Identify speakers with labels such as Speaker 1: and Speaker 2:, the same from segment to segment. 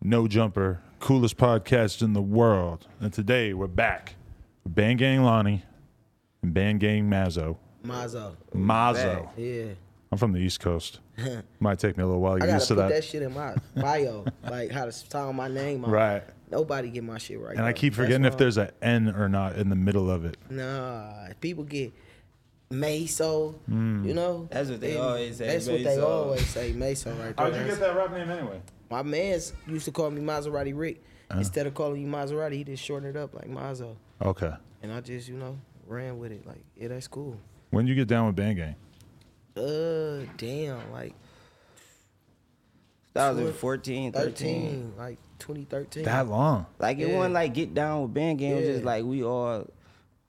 Speaker 1: No Jumper, coolest podcast in the world. And today we're back. Band Gang Lonnie and Band Gang Mazzo.
Speaker 2: Mazzo.
Speaker 1: Mazzo.
Speaker 2: Yeah.
Speaker 1: I'm from the East Coast. Might take me a little while to get
Speaker 2: I gotta
Speaker 1: used to
Speaker 2: put
Speaker 1: that.
Speaker 2: that. shit in my bio, like how to spell my name. Out.
Speaker 1: Right.
Speaker 2: Nobody get my shit right.
Speaker 1: and I
Speaker 2: though.
Speaker 1: keep
Speaker 2: That's
Speaker 1: forgetting if
Speaker 2: why-
Speaker 1: there's an N or not in the middle of it.
Speaker 2: Nah, people get meso.
Speaker 1: Hmm.
Speaker 2: You know.
Speaker 3: That's what they
Speaker 2: And
Speaker 3: always say,
Speaker 2: That's what they
Speaker 3: meso.
Speaker 2: always say. Meso right there. That's-
Speaker 1: that rap name anyway?
Speaker 2: My man's used to call me Maserati Rick.
Speaker 1: Uh-huh.
Speaker 2: Instead of calling you Maserati, he just shortened it up like Mazzo.
Speaker 1: Okay.
Speaker 2: And I just, you know, ran with it. Like, yeah, that's cool.
Speaker 1: When you get down with Band Gang?
Speaker 2: Uh, damn. Like
Speaker 3: 2014, 13.
Speaker 2: 13, like 2013.
Speaker 1: That long.
Speaker 3: Like it
Speaker 2: Yeah.
Speaker 3: wasn't like get down with band game. It was just
Speaker 2: Yeah.
Speaker 3: like we all,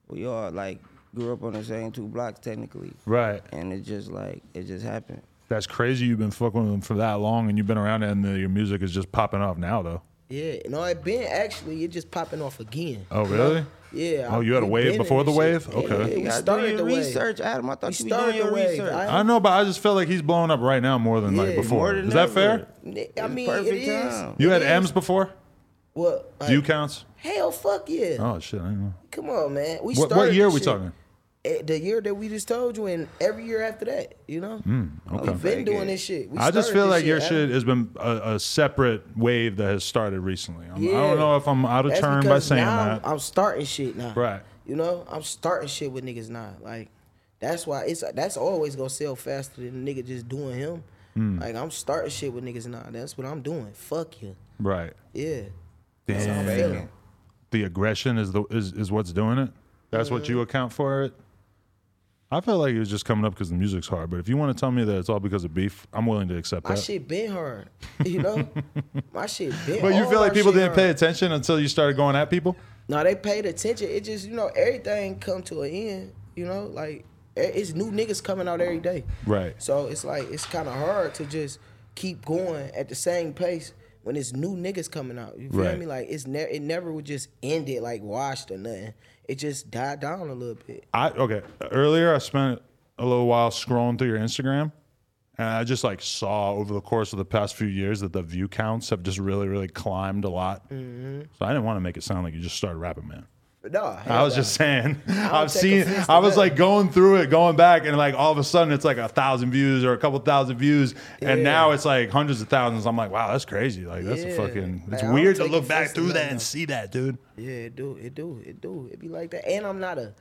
Speaker 3: we all like grew up on the same two blocks technically,
Speaker 1: Right.
Speaker 3: and it just like it just happened.
Speaker 1: That's crazy you've been fucking with them for that long and you've been around it and the, your music is just popping off now though.
Speaker 2: Yeah, no, it been actually it just popping off again.
Speaker 1: Oh,
Speaker 2: You know?
Speaker 1: really?
Speaker 2: Yeah.
Speaker 1: Oh,
Speaker 2: I-
Speaker 1: you had a
Speaker 2: we
Speaker 1: wave
Speaker 2: been in
Speaker 1: before the
Speaker 2: this
Speaker 1: wave?
Speaker 2: shit.
Speaker 1: Okay.
Speaker 2: Yeah,
Speaker 3: You
Speaker 2: we
Speaker 3: gotta do
Speaker 2: started
Speaker 3: your
Speaker 2: the wave.
Speaker 3: research, Adam. I thought
Speaker 2: We
Speaker 3: you were
Speaker 2: started
Speaker 3: doing your
Speaker 2: the wave.
Speaker 3: research.
Speaker 2: I-
Speaker 1: I know, but I just feel like he's blowing up right now more than like
Speaker 2: Yeah,
Speaker 1: before.
Speaker 3: more than
Speaker 1: Is that
Speaker 3: ever.
Speaker 1: fair?
Speaker 2: I
Speaker 3: It's
Speaker 2: mean,
Speaker 3: perfect
Speaker 2: it is.
Speaker 3: time.
Speaker 1: You had
Speaker 2: it is.
Speaker 1: M's before?
Speaker 2: What? Like,
Speaker 1: View counts?
Speaker 2: hell, fuck yeah!
Speaker 1: Oh shit, I don't know.
Speaker 2: Come on, man. We
Speaker 1: What,
Speaker 2: started.
Speaker 1: what year are
Speaker 2: this
Speaker 1: we
Speaker 2: shit.
Speaker 1: talking?
Speaker 2: Eh, The year that we just told you, and every year after that, you know.
Speaker 1: Hmm, okay.
Speaker 2: We've been doing
Speaker 3: Good.
Speaker 2: this shit. We
Speaker 1: I just
Speaker 2: started
Speaker 1: feel
Speaker 2: this
Speaker 1: like your
Speaker 2: Adam.
Speaker 1: shit has been a, a separate wave that has started recently. I'm, I
Speaker 2: Yeah.
Speaker 1: don't know if I'm out of
Speaker 2: That's
Speaker 1: turn by
Speaker 2: because
Speaker 1: saying
Speaker 2: now
Speaker 1: that.
Speaker 2: I'm starting shit now.
Speaker 1: Right.
Speaker 2: You know, I'm starting shit with niggas now. Like, that's why it's that's always gonna sell faster than a nigga just doing him.
Speaker 1: Hmm.
Speaker 2: Like I'm starting shit with niggas now. That's what I'm doing. Fuck you.
Speaker 1: right.
Speaker 2: Yeah. That's how I'm
Speaker 1: Damn.
Speaker 2: feeling. The
Speaker 1: aggression is the is, is what's doing it. That's what
Speaker 2: Mm-hmm.
Speaker 1: you account for it. I feel like it was just coming up because the music's hard. But if you want to tell me that it's all because of beef, I'm willing to accept
Speaker 2: My
Speaker 1: that.
Speaker 2: shit been hard. You know? My shit been
Speaker 1: But you
Speaker 2: all
Speaker 1: feel like
Speaker 2: our
Speaker 1: people
Speaker 2: shit
Speaker 1: didn't
Speaker 2: hard.
Speaker 1: pay attention until you started going at people?
Speaker 2: No, they paid attention. It just, you know, everything come to an end, you know? Like e- it's new niggas coming out every day.
Speaker 1: Right.
Speaker 2: So it's like it's kind of hard to just keep going at the same pace when it's new niggas coming out. You feel
Speaker 1: Right.
Speaker 2: me? Like it's never it never would just end it like washed or nothing. It just died down a little bit.
Speaker 1: I okay. Earlier, I spent a little while scrolling through your Instagram, and I just like saw over the course of the past few years that the view counts have just really, really climbed a lot.
Speaker 2: Mm-hmm.
Speaker 1: So I didn't want to make it sound like you just started rapping, man.
Speaker 2: But no,
Speaker 1: I was just saying. I've
Speaker 2: take
Speaker 1: seen.
Speaker 2: offense to
Speaker 1: I was
Speaker 2: that.
Speaker 1: like going through it, going back, and like all of a sudden it's like a thousand views or a couple thousand views, and
Speaker 2: Yeah.
Speaker 1: now it's like hundreds of thousands. I'm like, wow, that's crazy. Like that's a
Speaker 2: Yeah.
Speaker 1: fucking. It's
Speaker 2: Like, I don't
Speaker 1: weird to
Speaker 2: take
Speaker 1: look back
Speaker 2: offense to
Speaker 1: through
Speaker 2: that,
Speaker 1: that and
Speaker 2: though.
Speaker 1: see that, dude.
Speaker 2: yeah, it do, it do, it do. It be like that. And I'm not a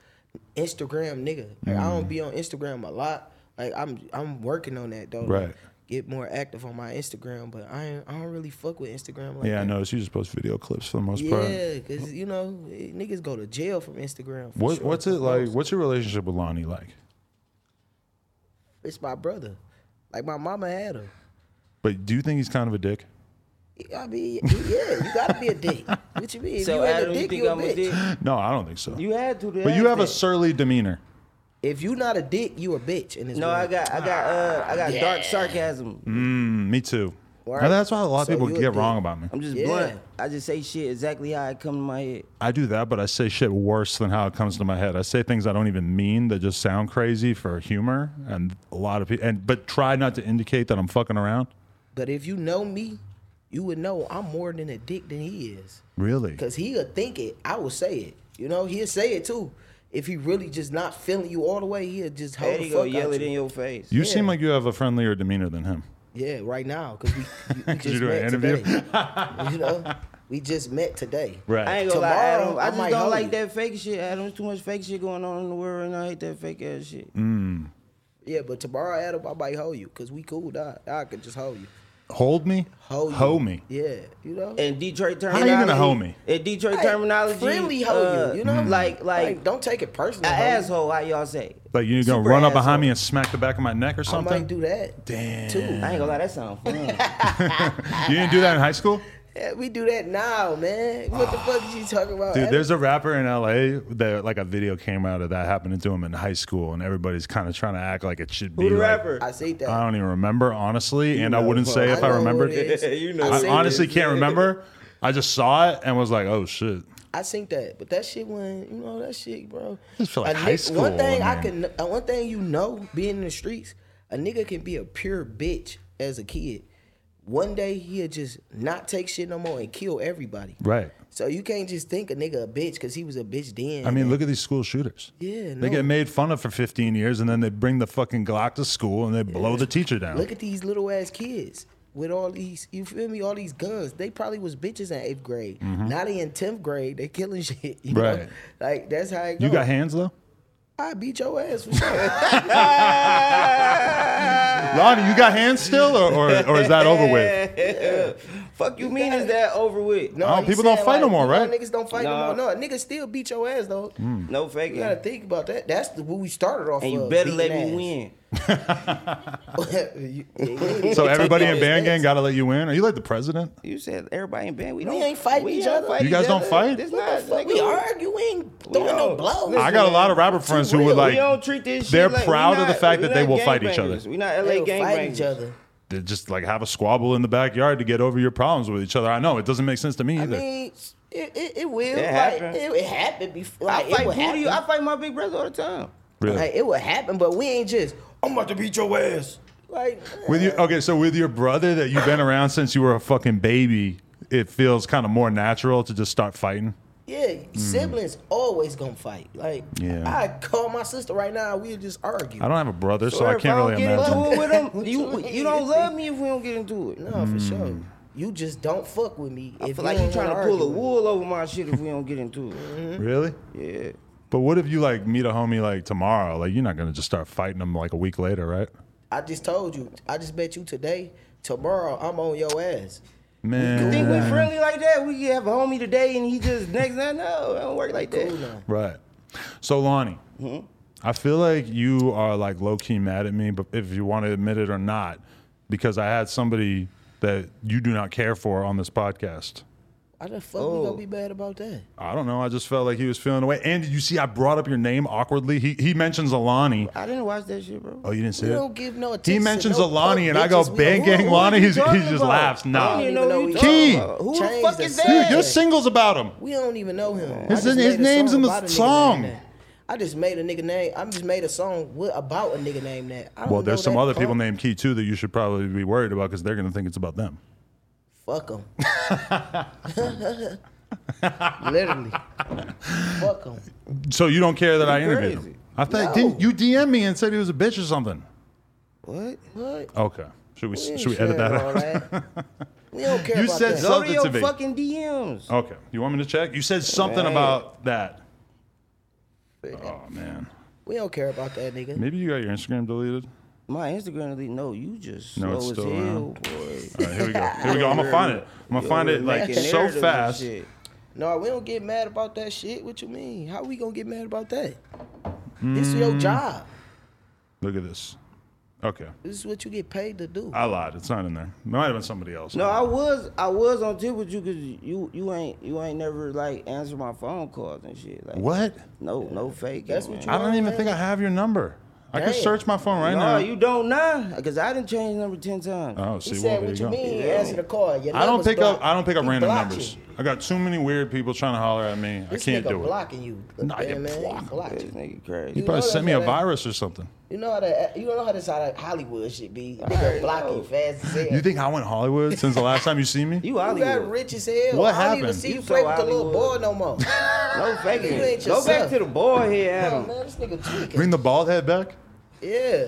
Speaker 2: Instagram nigga. Like I
Speaker 1: Mm.
Speaker 2: don't be on Instagram a lot. Like I'm I'm working on that though. Like,
Speaker 1: Right.
Speaker 2: get more active on my Instagram, but I ain't, I don't really fuck with Instagram like
Speaker 1: Yeah, I
Speaker 2: that.
Speaker 1: noticed you just post video clips for the most part.
Speaker 2: Yeah, cause you know eh, niggas go to jail from Instagram. for
Speaker 1: What,
Speaker 2: sure.
Speaker 1: What's it like? What's your relationship with Lonnie like?
Speaker 2: It's my brother. Like my mama had him.
Speaker 1: But do you think he's kind of a dick?
Speaker 2: I mean, yeah, you gotta be a dick. What you mean? If
Speaker 3: So
Speaker 2: you ain't
Speaker 3: Adam,
Speaker 2: a
Speaker 3: you
Speaker 2: dick,
Speaker 3: think
Speaker 2: you a
Speaker 3: I'm a dick?
Speaker 2: bitch.
Speaker 1: No, I don't think so.
Speaker 3: You had to. do
Speaker 1: but you have a
Speaker 3: everything.
Speaker 1: surly demeanor.
Speaker 2: If you not a dick, you a bitch. In this
Speaker 3: No, I
Speaker 2: world.
Speaker 3: got, I got, uh, I got dark
Speaker 2: Yeah.
Speaker 3: sarcasm.
Speaker 1: Mm, me too.
Speaker 2: Word.
Speaker 1: And that's why a lot of
Speaker 2: So
Speaker 1: people
Speaker 2: you a
Speaker 1: get
Speaker 2: dick.
Speaker 1: wrong about me.
Speaker 3: I'm just
Speaker 2: Yeah.
Speaker 3: blunt. I just say shit exactly how it come to my head.
Speaker 1: I do that, but I say shit worse than how it comes to my head. I say things I don't even mean that just sound crazy for humor, and a lot of people. And but try not to indicate that I'm fucking around.
Speaker 2: But if you know me, you would know I'm more than a dick than he is.
Speaker 1: Really?
Speaker 2: Cause he'll think it. I will say it. You know, he'll say it too. If he really just not feeling you all the way, he'll just hold
Speaker 3: And
Speaker 2: the
Speaker 3: he
Speaker 2: fuck
Speaker 3: gonna
Speaker 2: out
Speaker 3: yell it
Speaker 2: you.
Speaker 3: in your face.
Speaker 1: You
Speaker 2: Yeah.
Speaker 1: seem like you have a friendlier demeanor than him.
Speaker 2: Yeah, right now, cause we, we, we just
Speaker 1: do an
Speaker 2: met
Speaker 1: interview?
Speaker 2: today. you know, we just met today.
Speaker 3: I ain't
Speaker 1: Right.
Speaker 3: gonna lie,
Speaker 2: Tomorrow,
Speaker 3: Adam.
Speaker 2: I
Speaker 3: I just
Speaker 2: might
Speaker 3: don't
Speaker 2: hold
Speaker 3: like
Speaker 2: it.
Speaker 3: that fake shit. Adam, there's too much fake shit going on in the world right now. I hate that fake ass shit.
Speaker 2: Yeah, but tomorrow, Adam, I might hold you, cause we cool. Dog. I could just hold you.
Speaker 1: Hold me.
Speaker 2: Hold you.
Speaker 1: Hold me.
Speaker 2: Yeah, you know.
Speaker 3: And Detroit
Speaker 1: you
Speaker 3: terminology.
Speaker 1: gonna hoe me?
Speaker 3: In Detroit
Speaker 2: Hey,
Speaker 3: terminology.
Speaker 2: friendly hoe
Speaker 3: uh,
Speaker 2: you, you
Speaker 1: Hmm.
Speaker 2: know?
Speaker 3: Like, like,
Speaker 2: like, don't take it
Speaker 3: a
Speaker 2: personally. homie.
Speaker 3: asshole, how y'all say.
Speaker 1: Like you're gonna
Speaker 3: Super
Speaker 1: run up behind
Speaker 3: asshole.
Speaker 1: me and smack the back of my neck or
Speaker 2: I
Speaker 1: something.
Speaker 2: might do that.
Speaker 1: Damn.
Speaker 2: Too.
Speaker 3: I ain't gonna lie, that sound fun.
Speaker 1: You didn't do that in high school?
Speaker 2: Yeah, we do that now, man. What the fuck is you talking about?
Speaker 1: Dude,
Speaker 2: Adam?
Speaker 1: there's a rapper in LA that like a video came out of that happening to him in high school, and everybody's kind of trying to act like it should be.
Speaker 3: Who the
Speaker 1: like-
Speaker 3: rapper?
Speaker 2: I see that.
Speaker 1: I don't even remember honestly, and I
Speaker 3: know
Speaker 1: wouldn't
Speaker 3: who
Speaker 1: say
Speaker 3: I
Speaker 1: if I
Speaker 2: know who
Speaker 1: remembered.
Speaker 2: it is.
Speaker 3: You know
Speaker 2: I
Speaker 3: who
Speaker 1: I
Speaker 3: it
Speaker 2: seen
Speaker 1: honestly
Speaker 2: it.
Speaker 1: can't remember. I just saw it and was like, "Oh shit!"
Speaker 2: I seen that, but that shit when you know that shit, bro.
Speaker 1: Just feel like
Speaker 2: A
Speaker 1: high
Speaker 2: ni-
Speaker 1: school,
Speaker 2: One thing I
Speaker 1: man.
Speaker 2: can, uh, one thing you know, being in the streets, a nigga can be a pure bitch as a kid. One day he'll just not take shit no more and kill everybody.
Speaker 1: Right.
Speaker 2: So you can't just think a nigga a bitch because he was a bitch then.
Speaker 1: I mean, look at these school shooters. They
Speaker 2: Yeah, no.
Speaker 1: get made fun of for 15 years and then they bring the fucking Glock to school and they blow the teacher down.
Speaker 2: Look at these little ass kids with all these, you feel me? All these guns. They probably was bitches in eighth grade. Now they in tenth grade. They killing shit. You know?
Speaker 1: Mm-hmm. Right.
Speaker 2: Like that's how it goes.
Speaker 1: you got hands though?
Speaker 2: I beat your ass for sure.
Speaker 1: Lonnie, you got hands still or, or, or is that over with?
Speaker 3: Fuck you mean is that over with? No,
Speaker 1: Oh,
Speaker 2: he
Speaker 1: people don't
Speaker 2: said,
Speaker 1: fight no
Speaker 2: like,
Speaker 1: more,
Speaker 2: you know,
Speaker 1: right? Mm.
Speaker 2: Niggas don't fight
Speaker 3: Nah.
Speaker 2: no more. No, niggas still beat your ass though.
Speaker 3: no faking.
Speaker 2: You gotta think about that. That's the, what we started off.
Speaker 3: and you
Speaker 2: of,
Speaker 3: better let
Speaker 2: beating
Speaker 3: me win.
Speaker 2: ass. You- yeah,
Speaker 1: So
Speaker 2: you
Speaker 1: everybody
Speaker 2: take
Speaker 1: in
Speaker 2: your ass
Speaker 1: band gang
Speaker 2: next.
Speaker 1: got to let you in? Are you like the president?
Speaker 3: You said everybody in band. We,
Speaker 2: We
Speaker 3: don't
Speaker 2: ain't fighting
Speaker 3: we
Speaker 2: each
Speaker 3: don't
Speaker 2: other.
Speaker 3: fight
Speaker 1: You guys
Speaker 3: each
Speaker 1: don't
Speaker 3: other.
Speaker 1: fight?
Speaker 3: It's
Speaker 2: What
Speaker 3: not.
Speaker 2: the fuck?
Speaker 3: nigga,
Speaker 2: We argue. We ain't throwing no
Speaker 3: don't.
Speaker 2: blows.
Speaker 1: I got a lot of rapper friends who would like,
Speaker 3: we don't treat this shit
Speaker 1: they're
Speaker 3: like- we
Speaker 1: proud of the
Speaker 3: not-
Speaker 1: fact
Speaker 3: we
Speaker 1: that they
Speaker 3: not
Speaker 1: will fight each
Speaker 3: gangbangers.
Speaker 1: other.
Speaker 3: We not
Speaker 2: They
Speaker 3: LA
Speaker 2: will
Speaker 3: gang
Speaker 2: fight each
Speaker 3: bangers.
Speaker 2: other.
Speaker 1: They just like have a squabble in the backyard to get over your problems with each other. I know it doesn't make sense to me
Speaker 2: I
Speaker 1: either.
Speaker 2: mean, it, it, it will.
Speaker 3: It
Speaker 2: like,
Speaker 3: happen.
Speaker 2: It, it happened before.
Speaker 3: I
Speaker 2: Like, it
Speaker 3: fight
Speaker 2: would
Speaker 3: who do
Speaker 2: happen.
Speaker 3: you? I fight my big brother all the time.
Speaker 1: really.
Speaker 2: Like, it would happen, but we ain't just. I'm about to beat your ass. Like
Speaker 1: With
Speaker 3: uh,
Speaker 1: your okay, so with your brother that you've been around since you were a fucking baby, it feels kind of more natural to just start fighting.
Speaker 2: yeah, siblings always gonna fight. Like
Speaker 1: Mm. Yeah.
Speaker 2: I call my sister right now. We just argue.
Speaker 1: I don't have a brother, so,
Speaker 3: Or
Speaker 1: I
Speaker 3: if
Speaker 1: can't
Speaker 3: don't
Speaker 1: really
Speaker 3: get
Speaker 1: imagine.
Speaker 3: into it with him.
Speaker 2: What you
Speaker 3: You, you don't
Speaker 2: mean?
Speaker 3: love me if we don't get into it.
Speaker 2: No, for sure.
Speaker 1: Mm.
Speaker 2: You just don't fuck with me.
Speaker 3: I feel like you trying to pull a wool over my shit if we don't get into it.
Speaker 2: Mm-hmm.
Speaker 1: Really?
Speaker 3: Yeah.
Speaker 1: But what if you like meet a homie like tomorrow? Like you're not gonna just start fighting them like a week later, right?
Speaker 2: I just told you. I just bet you today, tomorrow, I'm on your ass.
Speaker 3: You think we
Speaker 1: Man,
Speaker 3: friendly like that? We have a homie today and he just next night? No, it don't work like that.
Speaker 2: Cool now.
Speaker 1: right? So Lonnie, I feel like you are like low key mad at me, but if you want to admit it or not, because I had somebody that you do not care for on this podcast.
Speaker 2: Why the fuck we
Speaker 3: Oh.
Speaker 2: gonna be bad about that?
Speaker 1: I don't know. I just felt like he was feeling away. And you see, I brought up your name awkwardly. He he mentions Alani.
Speaker 3: I didn't watch that shit, bro.
Speaker 1: Oh, you didn't see
Speaker 2: We
Speaker 1: it.
Speaker 2: don't give no attention.
Speaker 1: he mentions
Speaker 2: no
Speaker 1: Alani,
Speaker 2: punk
Speaker 1: and I go,
Speaker 2: bitches. We-
Speaker 1: "Bang
Speaker 2: who-
Speaker 1: gang,
Speaker 2: who-
Speaker 1: Lonnie."
Speaker 3: you
Speaker 1: He's, he
Speaker 3: talking
Speaker 1: just
Speaker 3: about?
Speaker 1: laughs.
Speaker 3: I
Speaker 1: Nah,
Speaker 3: don't even
Speaker 1: dude,
Speaker 3: know who
Speaker 2: Key.
Speaker 3: you talking about. Who the
Speaker 2: Change
Speaker 3: fuck
Speaker 2: the
Speaker 3: is
Speaker 2: subject.
Speaker 3: that?
Speaker 1: your single's about him.
Speaker 2: We don't even know him.
Speaker 1: His-
Speaker 2: I just
Speaker 1: his
Speaker 2: made a
Speaker 1: name's
Speaker 2: song
Speaker 1: in the
Speaker 2: about a nigga
Speaker 1: song.
Speaker 2: named that. I just made a nigga name. I just made a song with, about a nigga named that. I don't
Speaker 1: Well, there's
Speaker 2: know
Speaker 1: some
Speaker 2: that
Speaker 1: other people
Speaker 2: punk.
Speaker 1: named Key too that you should probably be worried about because they're gonna think it's about them.
Speaker 2: Fuck them. Literally. Fuck them.
Speaker 1: So you don't care that I
Speaker 3: You're
Speaker 1: interviewed
Speaker 3: crazy.
Speaker 1: him. I thought
Speaker 2: No.
Speaker 1: didn't you DM me and said he was a bitch or something?
Speaker 3: What?
Speaker 2: What?
Speaker 1: Okay, should we,
Speaker 2: We ain't
Speaker 1: should we edit
Speaker 2: sharing
Speaker 1: that out?
Speaker 2: all that. we don't care
Speaker 1: You
Speaker 2: about
Speaker 1: said
Speaker 2: that.
Speaker 1: so-
Speaker 3: Go
Speaker 1: Something
Speaker 3: to
Speaker 1: to
Speaker 3: your
Speaker 1: me.
Speaker 3: fucking DMs.
Speaker 1: Okay, you want me to check? You said something
Speaker 3: Man.
Speaker 1: about that. Oh man,
Speaker 2: we don't care about that nigga.
Speaker 1: maybe you got your Instagram deleted.
Speaker 3: My Instagram, elite, no, you just
Speaker 1: No,
Speaker 3: slow
Speaker 1: it's
Speaker 3: as
Speaker 1: still
Speaker 3: hell,
Speaker 1: around.
Speaker 3: boy.
Speaker 1: All right, here we go. Here we go. I'm gonna find it. I'm gonna find it like
Speaker 3: Making
Speaker 1: so
Speaker 3: narratives and
Speaker 1: fast.
Speaker 3: shit.
Speaker 2: No, we don't get mad about that shit. What you mean? How we gonna get mad about that? This is
Speaker 1: Mm.
Speaker 2: your job.
Speaker 1: Look at this. Okay,
Speaker 2: This is what you get paid to do.
Speaker 1: I lied. It's not in there. It might have been somebody else.
Speaker 3: No, I was I was on tip with you because you you ain't you ain't never like answer my phone calls and shit. Like
Speaker 1: What?
Speaker 3: No, no fake.
Speaker 2: That's what
Speaker 1: I don't even think I have your number. I can
Speaker 2: Damn.
Speaker 1: search my phone right
Speaker 3: No,
Speaker 1: now.
Speaker 3: you don't know because I didn't change number ten times.
Speaker 1: oh,
Speaker 2: he
Speaker 1: see, well,
Speaker 2: said,
Speaker 1: there
Speaker 2: "What you
Speaker 1: you go.
Speaker 2: mean?
Speaker 3: Yeah.
Speaker 2: Answer the call. Your
Speaker 1: I don't
Speaker 2: number's
Speaker 1: pick up.
Speaker 2: blocked."
Speaker 1: I don't pick up
Speaker 2: He
Speaker 1: random
Speaker 2: blocked
Speaker 1: numbers.
Speaker 2: you.
Speaker 1: I got too many weird people trying to holler at me.
Speaker 2: This
Speaker 1: I can't
Speaker 2: nigga
Speaker 1: do it.
Speaker 2: blocking you.
Speaker 1: Nah,
Speaker 2: Damn,
Speaker 1: you
Speaker 2: man, he
Speaker 1: blocked.
Speaker 2: blocked
Speaker 3: This
Speaker 2: you.
Speaker 3: nigga
Speaker 1: You
Speaker 3: crazy.
Speaker 1: probably
Speaker 2: know
Speaker 1: sent me a
Speaker 2: that's what I-
Speaker 1: virus or something.
Speaker 2: You know how that? You know how this how that Hollywood shit be? Nigga
Speaker 3: already
Speaker 2: block
Speaker 3: know.
Speaker 2: you fast as hell.
Speaker 1: You think I went Hollywood since the last time you see me?
Speaker 3: You
Speaker 2: You got
Speaker 3: Hollywood.
Speaker 2: rich as hell.
Speaker 1: What
Speaker 2: I don't even
Speaker 1: happened?
Speaker 2: see you,
Speaker 3: You
Speaker 2: play
Speaker 3: so
Speaker 2: with the little boy
Speaker 3: Hollywood.
Speaker 2: no more.
Speaker 3: No faking.
Speaker 2: You ain't
Speaker 3: Go back
Speaker 2: yourself.
Speaker 3: to the boy here,
Speaker 2: Oh,
Speaker 3: Adam.
Speaker 2: man, this nigga tweaking.
Speaker 1: Bring the bald head back.
Speaker 2: yeah.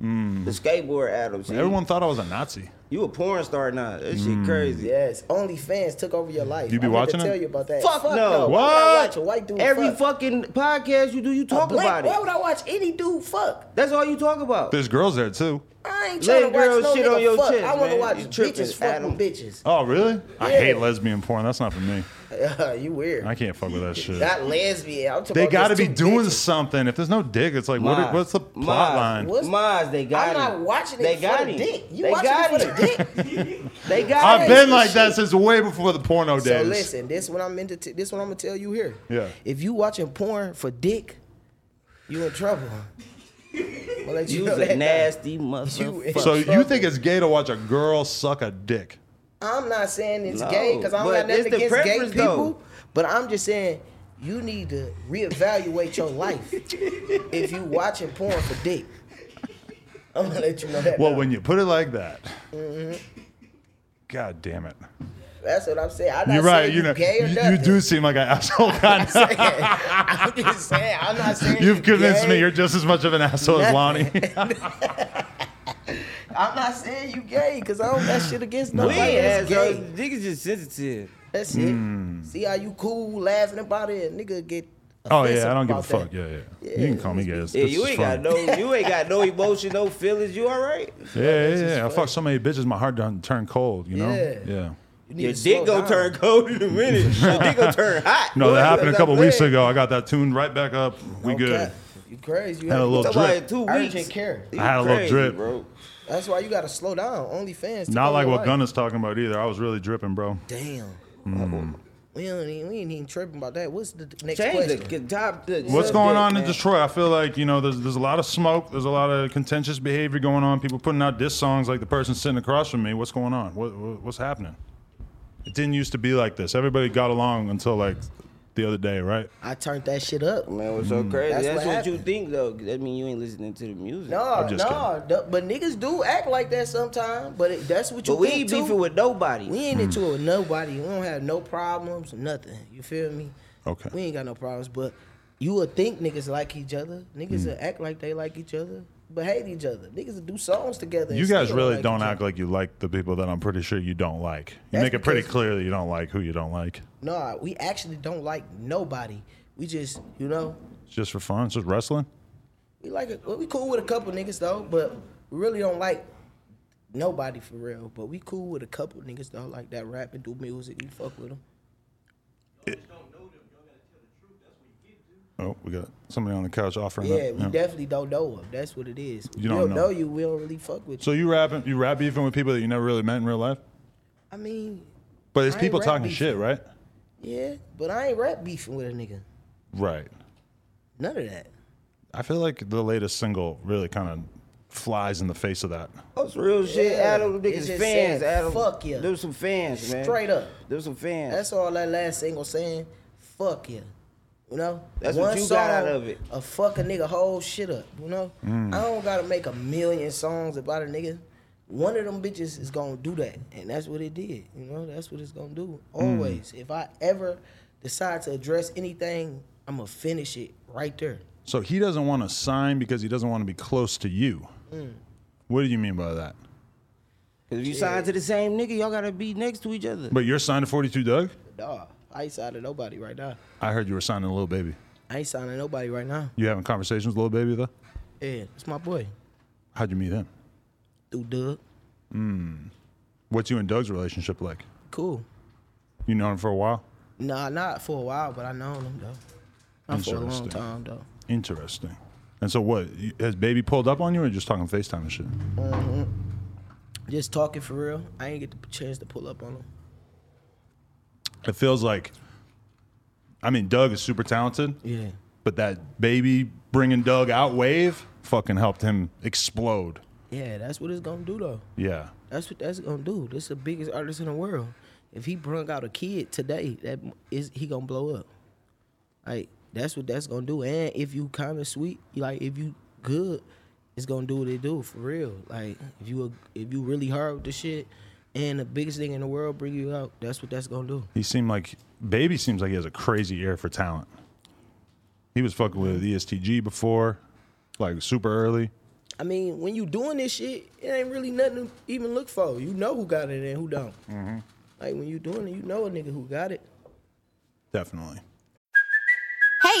Speaker 3: The skateboard Adam. See,
Speaker 1: Everyone Mm. thought I was a Nazi.
Speaker 3: you a porn star now. That shit crazy.
Speaker 2: Yes. OnlyFans took over your life.
Speaker 1: You be
Speaker 2: I meant
Speaker 1: watching
Speaker 2: to
Speaker 1: it?
Speaker 2: tell you about that.
Speaker 3: Fuck
Speaker 2: Why would I
Speaker 3: no.
Speaker 1: What?
Speaker 2: watch a white dude
Speaker 3: Every
Speaker 2: fuck?
Speaker 3: fucking podcast you do, you
Speaker 2: A
Speaker 3: talk
Speaker 2: black-
Speaker 3: about
Speaker 2: Why
Speaker 3: it.
Speaker 2: would I watch any dude fuck?
Speaker 3: That's all you talk about.
Speaker 1: There's girls there too.
Speaker 2: I ain't
Speaker 3: Let
Speaker 2: trying to watch
Speaker 3: girls
Speaker 2: no
Speaker 3: shit
Speaker 2: nigga
Speaker 3: on your
Speaker 2: fuck.
Speaker 3: tits,
Speaker 2: I want to
Speaker 3: man.
Speaker 2: watch
Speaker 3: You tripping,
Speaker 2: bitches fuck
Speaker 3: Adam.
Speaker 2: with bitches.
Speaker 1: Oh really? I hate
Speaker 2: Yeah.
Speaker 1: lesbian porn. That's not for me.
Speaker 2: you weird.
Speaker 1: I can't fuck with that shit.
Speaker 2: Not lesbian. I'm talking
Speaker 1: They
Speaker 2: about
Speaker 1: got to
Speaker 2: just
Speaker 1: be
Speaker 2: two
Speaker 1: doing
Speaker 2: bitches.
Speaker 1: something. If there's no dick, it's like what,
Speaker 3: Maz.
Speaker 1: what's the
Speaker 3: Maz.
Speaker 1: plot line?
Speaker 2: What? What's-
Speaker 3: Maz, they
Speaker 2: I'm
Speaker 3: got him.
Speaker 2: not watching it
Speaker 3: They
Speaker 2: for
Speaker 3: got
Speaker 2: the
Speaker 3: him.
Speaker 2: dick. You
Speaker 3: they
Speaker 2: watching
Speaker 3: got
Speaker 2: it for
Speaker 3: him.
Speaker 2: the dick?
Speaker 3: They got
Speaker 1: I've
Speaker 3: him.
Speaker 1: been like that since way before the porno
Speaker 2: so
Speaker 1: days.
Speaker 2: listen, this what I'm into. This what I'm gonna tell you here.
Speaker 1: Yeah.
Speaker 2: If you watching porn for dick, you in trouble. I'm gonna let you
Speaker 3: You's
Speaker 2: know
Speaker 3: a
Speaker 2: that.
Speaker 3: nasty motherfucker.
Speaker 2: You-
Speaker 1: So
Speaker 2: Fuck.
Speaker 1: you think it's gay to watch a girl suck a dick?
Speaker 2: I'm not saying it's
Speaker 3: No,
Speaker 2: gay because I don't
Speaker 3: but
Speaker 2: got
Speaker 3: it's
Speaker 2: nothing
Speaker 3: the
Speaker 2: against gay
Speaker 3: preference,
Speaker 2: people.
Speaker 3: though.
Speaker 2: But I'm just saying you need to reevaluate your life if you watching porn for dick. I'm gonna let you know that.
Speaker 1: Well,
Speaker 2: now. Mm-hmm.
Speaker 1: when you put it like that, God damn it.
Speaker 2: That's what I'm saying. I'm not
Speaker 1: You're right.
Speaker 2: saying
Speaker 1: You know,
Speaker 2: gay
Speaker 1: you,
Speaker 2: or
Speaker 1: you
Speaker 2: nothing.
Speaker 1: do seem like an asshole. God,
Speaker 2: I'm just saying. I'm not saying you
Speaker 1: you've convinced
Speaker 2: gay.
Speaker 1: me you're just as much of an asshole as Lonnie.
Speaker 2: I'm not saying you gay because I don't that shit against
Speaker 3: We
Speaker 2: nobody. that's
Speaker 3: as gay.
Speaker 2: gay.
Speaker 3: Niggas just sensitive.
Speaker 2: That's it. See how you cool laughing about it, nigga get.
Speaker 1: Hmm. oh
Speaker 2: offensive
Speaker 1: yeah, I don't give a
Speaker 2: about that.
Speaker 1: fuck. Yeah, yeah, You can call me gay. It's-
Speaker 3: Yeah,
Speaker 1: this
Speaker 3: you
Speaker 1: is
Speaker 3: ain't
Speaker 1: fun.
Speaker 3: got no, you ain't got no emotion, no feelings. You all right?
Speaker 1: Yeah, yeah, yeah. I fuck so many bitches, my heart done turned cold. You know.
Speaker 2: Yeah. You need
Speaker 3: Your
Speaker 2: to
Speaker 3: dick
Speaker 2: slow
Speaker 3: gonna
Speaker 2: down.
Speaker 3: turn cold in a minute. Your dick gonna turn hot.
Speaker 1: No,
Speaker 3: boy.
Speaker 1: that happened a
Speaker 3: That's
Speaker 1: couple
Speaker 3: what I'm
Speaker 1: weeks
Speaker 3: saying.
Speaker 1: ago. I got that tuned right back up. We
Speaker 2: Don't
Speaker 1: good.
Speaker 2: cap. You crazy? You
Speaker 1: Had a
Speaker 2: have to
Speaker 1: little
Speaker 2: get
Speaker 3: Somebody
Speaker 1: drip.
Speaker 3: in two
Speaker 2: Urgent
Speaker 3: weeks.
Speaker 2: care.
Speaker 3: You
Speaker 1: I had a little drip.
Speaker 3: bro.
Speaker 2: That's why you gotta slow down. OnlyFans. took
Speaker 1: Not
Speaker 2: over
Speaker 1: like
Speaker 2: your
Speaker 1: what
Speaker 2: life.
Speaker 1: Gunna's talking about either. I was really dripping, bro.
Speaker 2: Damn.
Speaker 1: Hmm.
Speaker 2: We don't even, we ain't even tripping about that. What's the next
Speaker 3: Change
Speaker 2: question?
Speaker 3: the top. The
Speaker 1: What's
Speaker 3: subject,
Speaker 1: going on in
Speaker 3: man.
Speaker 1: Detroit? I feel like you know there's there's a lot of smoke. There's a lot of contentious behavior going on. People putting out diss songs like the person sitting across from me. What's going on? What, what what's happening? It didn't used to be like this. Everybody got along until like the other day, right?
Speaker 2: I turned that shit up.
Speaker 3: Man, what's so
Speaker 1: Mm.
Speaker 3: crazy?
Speaker 2: That's
Speaker 3: That's,
Speaker 2: what
Speaker 3: what, you
Speaker 2: happened.
Speaker 3: think though. That mean you ain't listening to the music.
Speaker 2: No,
Speaker 1: just
Speaker 2: no, the- but niggas do act like that sometimes. But it, that's what you
Speaker 3: but we
Speaker 2: think
Speaker 3: ain't
Speaker 2: too.
Speaker 3: beefing with nobody.
Speaker 2: We ain't into it
Speaker 1: Hmm.
Speaker 2: with nobody. We don't have no problems, nothing. You feel me?
Speaker 1: Okay.
Speaker 2: We ain't got no problems, but you would think niggas like each other.
Speaker 1: Hmm.
Speaker 2: Niggas will act like they like each other, but hate each other. Niggas will do songs together. and
Speaker 1: You guys
Speaker 2: still
Speaker 1: really
Speaker 2: like
Speaker 1: don't
Speaker 2: each
Speaker 1: act
Speaker 2: other.
Speaker 1: like you like the people that I'm pretty sure you don't like. You
Speaker 2: That's
Speaker 1: make it pretty
Speaker 2: because-
Speaker 1: clear that you don't like who you don't like.
Speaker 2: Nah, we actually don't like nobody. We just, you know,
Speaker 1: It's just for fun. It's just wrestling.
Speaker 2: we like it. We cool with a couple niggas though, but we really don't like nobody for real. But we cool with a couple niggas though, like that rap and do music. We fuck with them.
Speaker 1: Oh, we got somebody on the couch offering
Speaker 2: Yeah,
Speaker 1: up.
Speaker 2: we definitely don't know them. That's what it is.
Speaker 1: You
Speaker 2: we
Speaker 1: don't
Speaker 2: don't
Speaker 1: know.
Speaker 2: know. you. We don't really fuck with you.
Speaker 1: So you rapping, you rap beefing with people that you never really met in real life,
Speaker 2: I mean,
Speaker 1: but it's
Speaker 2: I ain't
Speaker 1: people
Speaker 2: rap
Speaker 1: talking
Speaker 2: beefing.
Speaker 1: shit, right?
Speaker 2: yeah, but I ain't rap beefing with a nigga.
Speaker 1: Right.
Speaker 2: None of that.
Speaker 1: I feel like the latest single really kind of flies in the face of that.
Speaker 3: That's real shit.
Speaker 2: Yeah.
Speaker 3: Adam,
Speaker 2: It
Speaker 3: niggas
Speaker 2: just
Speaker 3: fans.
Speaker 2: said,
Speaker 3: Adam,
Speaker 2: fuck yeah.
Speaker 3: There's some fans, man.
Speaker 2: Straight up.
Speaker 3: There's some fans.
Speaker 2: That's all that last single saying. Fuck yeah. You know?
Speaker 3: That's what you got out of it. Mm.
Speaker 2: A fuck a nigga whole shit up, you know? I don't gotta make a million songs about a nigga. One of them bitches is gonna do that. And that's what it did. You know, that's what it's gonna do.
Speaker 3: Mm.
Speaker 2: Always. If I ever decide to address anything, I'ma finish it right there.
Speaker 1: So he doesn't want to sign because he doesn't want to be close to you. What do you mean by that?
Speaker 3: 'Cause if you sign to the same nigga, y'all gotta be next to each other.
Speaker 1: But you're signed to 42 Doug?
Speaker 2: Dog. I ain't signing nobody right now.
Speaker 1: I heard you were signing Lil Baby.
Speaker 2: I ain't signing nobody right now.
Speaker 1: You having conversations with Lil Baby though?
Speaker 2: Yeah, it's my boy.
Speaker 1: How'd you meet him?
Speaker 2: Dude Doug.
Speaker 1: What's you and Doug's relationship like?
Speaker 2: Cool.
Speaker 1: You know him for a while?
Speaker 2: Nah, not for a while, but I known him though. Not for a long
Speaker 1: Interesting.
Speaker 2: time though.
Speaker 1: Interesting. And so what? you- Has Baby pulled up on you or just talking FaceTime and shit?
Speaker 2: Just talking for real. I ain't get the chance to pull up on him.
Speaker 1: It feels like, I mean, Doug is super talented.
Speaker 2: Yeah.
Speaker 1: but that baby bringing Doug out wave fucking helped him explode.
Speaker 2: Yeah, that's what it's gonna do though.
Speaker 1: Yeah.
Speaker 2: That's what that's gonna do. This is the biggest artist in the world. If he brung out a kid today, that m- is he gonna blow up. Like that's what that's gonna do. And if you kind of sweet, like if you good, it's gonna do what it do for real. Like if you a, if you really hard with the shit, and the biggest thing in the world bring you out, that's what that's gonna do.
Speaker 1: He seemed like baby seems like he has a crazy ear for talent. He was fucking with E ESTG before, like super early.
Speaker 2: I mean, when you doing this shit, it ain't really nothing to even look for. You know who got it and who don't.
Speaker 3: Mm-hmm.
Speaker 2: Like when you doing it, you know a nigga who got it.
Speaker 1: Definitely.
Speaker 4: Hey,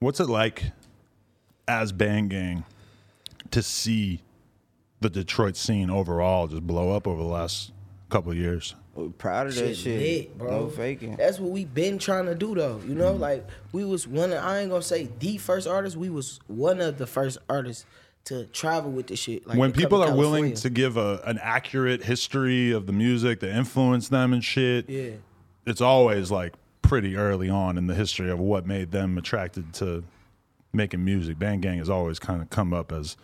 Speaker 1: What's it like as Bang Gang to see the Detroit scene overall just blow up over the last couple of years?
Speaker 3: We're proud of
Speaker 2: Shit,
Speaker 3: that shit.
Speaker 2: lit, bro.
Speaker 3: No faking. Mm-hmm.
Speaker 2: That's what we been trying to do though. You know, like we was one. Of, I ain't gonna say the first artist. We was one of the first artists to travel with this shit. Like
Speaker 1: when
Speaker 2: to come
Speaker 1: people
Speaker 2: to
Speaker 1: are willing
Speaker 2: California.
Speaker 1: to give a, an accurate history of the music that influenced them and shit,
Speaker 2: Yeah.
Speaker 1: it's always like pretty early on in the history of what made them attracted to making music. Band Gang has always kind of come up as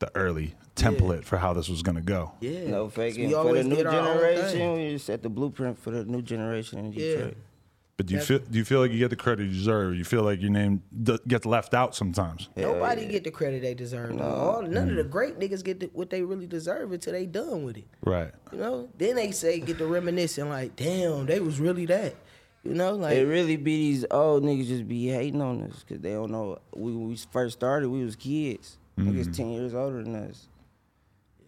Speaker 1: the early template for how this was going to go.
Speaker 2: Yeah.
Speaker 3: No faking.
Speaker 2: We
Speaker 3: For the
Speaker 2: always
Speaker 3: new
Speaker 2: did our own
Speaker 3: generation,
Speaker 2: thing.
Speaker 3: we set the blueprint for the new generation in
Speaker 2: Yeah.
Speaker 3: Detroit.
Speaker 1: But do you feel do you feel like you get the credit you deserve? You feel like your name d- gets left out sometimes.
Speaker 2: Nobody get the credit they deserve. No. All, none
Speaker 3: Mm-hmm.
Speaker 2: of the great niggas get the, what they really deserve until they done with it.
Speaker 1: Right.
Speaker 2: You know, then they say get to reminiscing like, damn, they was really that. You know, like
Speaker 3: It really be these old niggas just be hating on us because they don't know. We, when we first started, we was kids. Niggas 10 years older than us.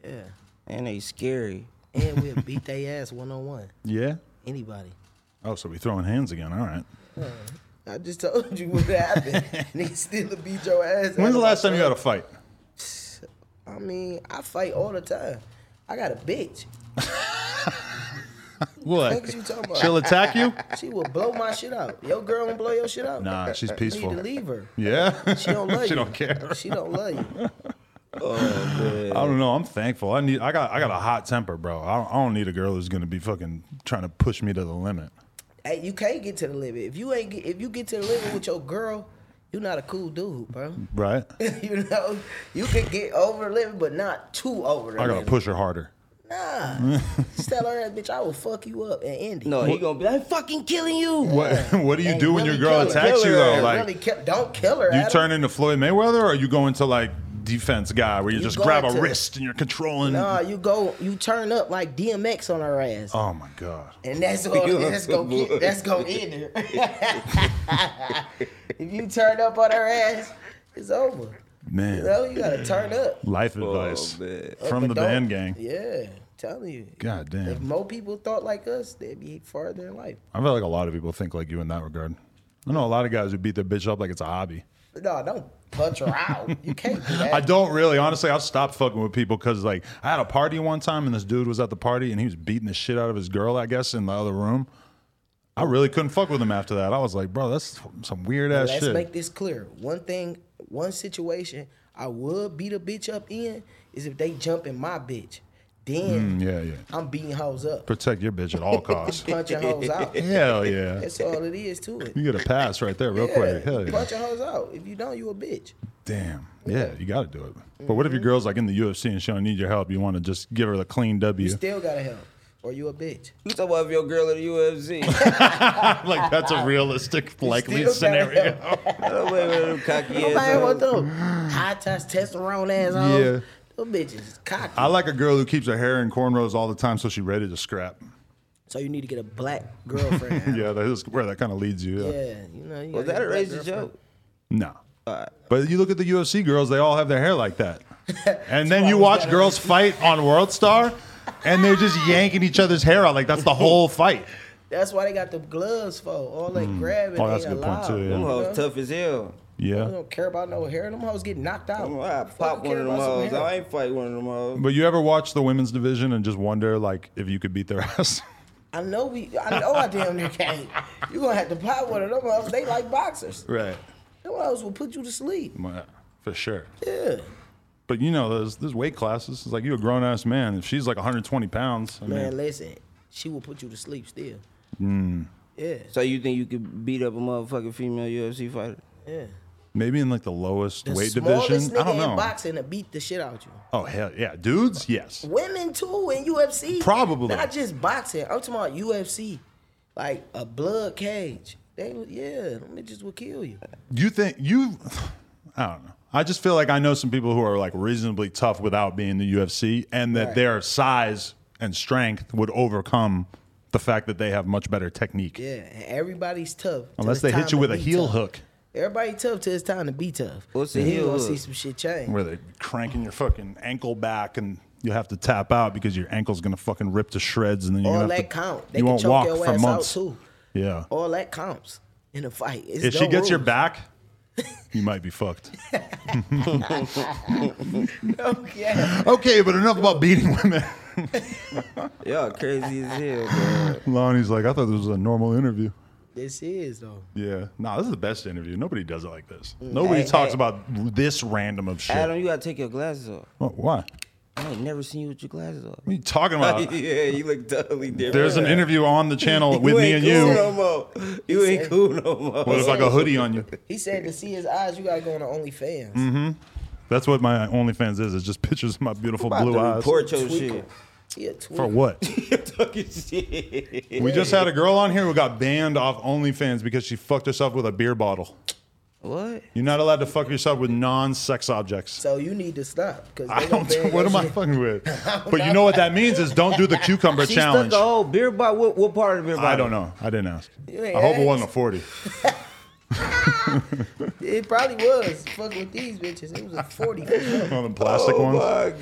Speaker 2: yeah.
Speaker 3: And they scary.
Speaker 2: And we'll beat their ass one on one.
Speaker 1: Yeah.
Speaker 2: Anybody.
Speaker 1: Oh, so we throwing hands again. All right.
Speaker 2: I just told you what happened. Niggas still beat your ass.
Speaker 1: When's the last time you had a fight?
Speaker 2: I mean, I fight all the time. I got a bitch.
Speaker 1: What?
Speaker 2: Fuck you talking about?
Speaker 1: She'll attack you?
Speaker 2: She will blow my shit out. Your girl don't blow your shit out.
Speaker 1: Nah, she's
Speaker 2: You need
Speaker 1: peaceful.
Speaker 2: to leave her.
Speaker 1: Yeah.
Speaker 2: She don't love
Speaker 1: She
Speaker 2: you.
Speaker 1: don't care.
Speaker 2: She don't love you.
Speaker 1: I don't know. I'm thankful. I need. I got. I got a hot temper, bro. I don't, I don't need a girl who's gonna be fucking trying to push me to the limit.
Speaker 2: Hey, you can't get to the limit. If you ain't get, if you get to the limit with your girl, you not a cool dude, bro.
Speaker 1: Right.
Speaker 2: you know, you can get over the limit, but not too over the
Speaker 1: I gotta
Speaker 2: limit.
Speaker 1: push her harder.
Speaker 2: Nah, just tell her, bitch, I will fuck you up and end it.
Speaker 3: No, he gonna be like, I'm fucking killing you.
Speaker 1: What What do you do when your
Speaker 2: really
Speaker 1: girl
Speaker 2: kill her.
Speaker 1: attacks
Speaker 3: Kill
Speaker 1: you
Speaker 3: her.
Speaker 1: though?
Speaker 2: And
Speaker 1: Like
Speaker 2: really kill, don't kill her.
Speaker 1: you
Speaker 2: Adam.
Speaker 1: turn into Floyd Mayweather, or you go into like defense guy where you,
Speaker 2: You
Speaker 1: just
Speaker 2: go
Speaker 1: grab a
Speaker 2: into-
Speaker 1: wrist and you're controlling.
Speaker 2: Nah, you go, you turn up like DMX on her ass,
Speaker 1: oh my god.
Speaker 2: and that's all, that's gonna get, that's gonna end her. if you turn up on her ass, it's over. You
Speaker 1: Man.
Speaker 2: know, you gotta turn up.
Speaker 1: Life advice
Speaker 3: man.
Speaker 1: from
Speaker 2: But
Speaker 1: the band
Speaker 2: don't-
Speaker 1: gang.
Speaker 2: Yeah, telling you.
Speaker 1: God
Speaker 2: If
Speaker 1: damn.
Speaker 2: more people thought like us, they'd be farther in life.
Speaker 1: I feel like a lot of people think like you in that regard. I know a lot of guys who beat their bitch up like it's a hobby.
Speaker 2: But no, don't punch her out. You can't do that.
Speaker 1: I don't really, honestly. I've stopped fucking with people because, like, I had a party one time and this dude was at the party and he was beating the shit out of his girl, I guess, in the other room. I really couldn't fuck with him after that. I was like, bro, that's some weird ass
Speaker 2: Let's
Speaker 1: shit.
Speaker 2: make this clear. One thing, one situation I would beat a bitch up in is if they jump in my bitch. Then
Speaker 1: Mm, yeah, yeah.
Speaker 2: I'm beating hoes up,
Speaker 1: Protect your bitch at all costs.
Speaker 2: punching hoes out.
Speaker 1: Hell yeah.
Speaker 2: That's all it is to it.
Speaker 1: You get a pass right there, real
Speaker 2: Yeah,
Speaker 1: quick. Hell yeah.
Speaker 2: punching hoes out. If you don't, you a bitch.
Speaker 1: Damn. Yeah, you got to do it. But what if your girl's like in the UFC and she don't need your help? You want to just give her the clean W?
Speaker 2: Still gotta help, or you a bitch.
Speaker 3: You talking about if your girl at the UFC?
Speaker 1: like that's a realistic, likely
Speaker 2: gotta
Speaker 1: scenario.
Speaker 3: no way with them cocky ass.
Speaker 2: Man, what
Speaker 3: hoes.
Speaker 2: them high touch testosterone ass hoes?
Speaker 1: Yeah.
Speaker 2: Them bitches cocky.
Speaker 1: I like a girl who keeps her hair in cornrows all the time, so she ready to scrap.
Speaker 2: so you need to get a black girlfriend.
Speaker 1: Yeah, that is where that kind of leads you. Yeah.
Speaker 2: Yeah, you know. You
Speaker 3: Was
Speaker 2: gotta
Speaker 3: that a
Speaker 2: get black girlfriend.
Speaker 3: racist joke?
Speaker 1: No. But you look at the UFC girls, they all have their hair like that. And then you watch girls fight on World Star, and they're just yanking each other's hair out. Like, that's the whole fight.
Speaker 2: That's why they got the gloves for. All that grabbing.
Speaker 1: Oh, that's a
Speaker 2: ain't
Speaker 1: good point,
Speaker 2: allowed.
Speaker 1: too.
Speaker 3: Them
Speaker 1: Yeah.
Speaker 3: hoes tough as hell.
Speaker 2: I
Speaker 1: yeah.
Speaker 2: don't care about no hair. Them hoes get knocked out.
Speaker 3: I'm gonna
Speaker 2: Fuck
Speaker 3: pop
Speaker 2: you
Speaker 3: one
Speaker 2: care
Speaker 3: of them
Speaker 2: about some
Speaker 3: hoes.
Speaker 2: hair.
Speaker 3: I ain't fight one of them hoes.
Speaker 1: But you ever watch the women's division and just wonder, like, if you could beat their ass?
Speaker 2: I know we. I know I damn near can't. You gonna have to pop one of them hoes. They like boxers.
Speaker 1: Right.
Speaker 2: Them hoes will put you to sleep.
Speaker 1: For sure.
Speaker 2: Yeah.
Speaker 1: But you know, there's, there's weight classes. It's like you're a grown ass man. If she's like 120 pounds, I
Speaker 2: Man,
Speaker 1: mean,
Speaker 2: listen. She will put you to sleep still.
Speaker 1: Hmm.
Speaker 3: So you think you could beat up a motherfucking female UFC fighter?
Speaker 2: Yeah.
Speaker 1: maybe in like the lowest
Speaker 2: The
Speaker 1: weight
Speaker 2: smallest
Speaker 1: division.
Speaker 2: nigga
Speaker 1: I don't
Speaker 2: in
Speaker 1: know.
Speaker 2: boxing to beat the shit out you.
Speaker 1: Oh, hell yeah. Dudes? Yes.
Speaker 2: Women too in UFC.
Speaker 1: Probably.
Speaker 2: Not just boxing. I'm talking about UFC. Like a blood cage. They yeah, them bitches will kill you.
Speaker 1: you think you i don't know i just feel like i know some people who are like reasonably tough without being in the ufc and that
Speaker 2: Right.
Speaker 1: their size and strength would overcome the fact that they have much better technique
Speaker 2: Yeah, and everybody's tough. till
Speaker 1: unless
Speaker 2: it's
Speaker 1: they
Speaker 2: time
Speaker 1: hit you
Speaker 2: to
Speaker 1: with a
Speaker 2: be
Speaker 1: heel
Speaker 2: tough.
Speaker 1: hook
Speaker 2: Everybody tough till it's time to be tough.
Speaker 3: What's a
Speaker 2: Then you
Speaker 3: heel
Speaker 2: gonna
Speaker 3: hook?
Speaker 2: see some shit change.
Speaker 1: where they're cranking your fucking ankle back and you'll have to tap out because your ankle's gonna fucking rip to shreds and then you're
Speaker 2: All
Speaker 1: gonna have
Speaker 2: that
Speaker 1: to,
Speaker 2: count. They
Speaker 1: you
Speaker 2: can
Speaker 1: won't
Speaker 2: choke
Speaker 1: walk
Speaker 2: your
Speaker 1: for
Speaker 2: ass
Speaker 1: months
Speaker 2: out too.
Speaker 1: yeah
Speaker 2: All that counts in a fight. It's
Speaker 1: if she
Speaker 2: no
Speaker 1: gets your
Speaker 2: rules.
Speaker 1: back you might be fucked
Speaker 2: okay.
Speaker 1: okay but enough about beating women
Speaker 3: Y'all crazy as hell, bro.
Speaker 1: lonnie's like i thought this was a normal interview
Speaker 2: This is though.
Speaker 1: Yeah. Nah, this is the best interview. Nobody does it like this. Nobody
Speaker 3: Mm. Hey,
Speaker 1: talks
Speaker 3: hey.
Speaker 1: about this random of shit.
Speaker 3: Adam, you gotta take your glasses off.
Speaker 1: Oh, why? What
Speaker 3: I ain't never seen you with your glasses off.
Speaker 1: are you talking about?
Speaker 3: yeah, you look totally different.
Speaker 1: Uh, There's an interview on the channel with
Speaker 3: you
Speaker 1: me
Speaker 3: ain't
Speaker 1: and
Speaker 3: cool No
Speaker 1: you.
Speaker 3: more. You ain't cool no more.
Speaker 1: What if I got a hoodie on you?
Speaker 2: He said to see his eyes, you gotta go on the OnlyFans.
Speaker 1: Mm-hmm. That's what my OnlyFans is. It's just pictures of my beautiful
Speaker 3: About
Speaker 1: blue
Speaker 3: to
Speaker 1: eyes.
Speaker 3: report your
Speaker 2: Twinkle.
Speaker 3: shit.
Speaker 2: He a twinkle.
Speaker 1: For what?
Speaker 3: Talking shit.
Speaker 1: We just had a girl on here who got banned off OnlyFans because she fucked herself with a beer bottle.
Speaker 3: What?
Speaker 1: You're not allowed to fuck yourself with non-sex objects.
Speaker 2: So you need to stop because
Speaker 1: I don't. What am I fucking with? But you know what that means is don't do the cucumber
Speaker 3: She
Speaker 1: challenge.
Speaker 3: stuck a whole beer bottle. What, what part of the beer bottle?
Speaker 1: I don't know. I didn't ask.
Speaker 2: You ain't
Speaker 1: I hope it
Speaker 2: asked.
Speaker 1: wasn't a forty.
Speaker 2: It probably was fucking with these bitches. It was a forty. for sure.
Speaker 1: One of the plastic ones.
Speaker 3: Oh god.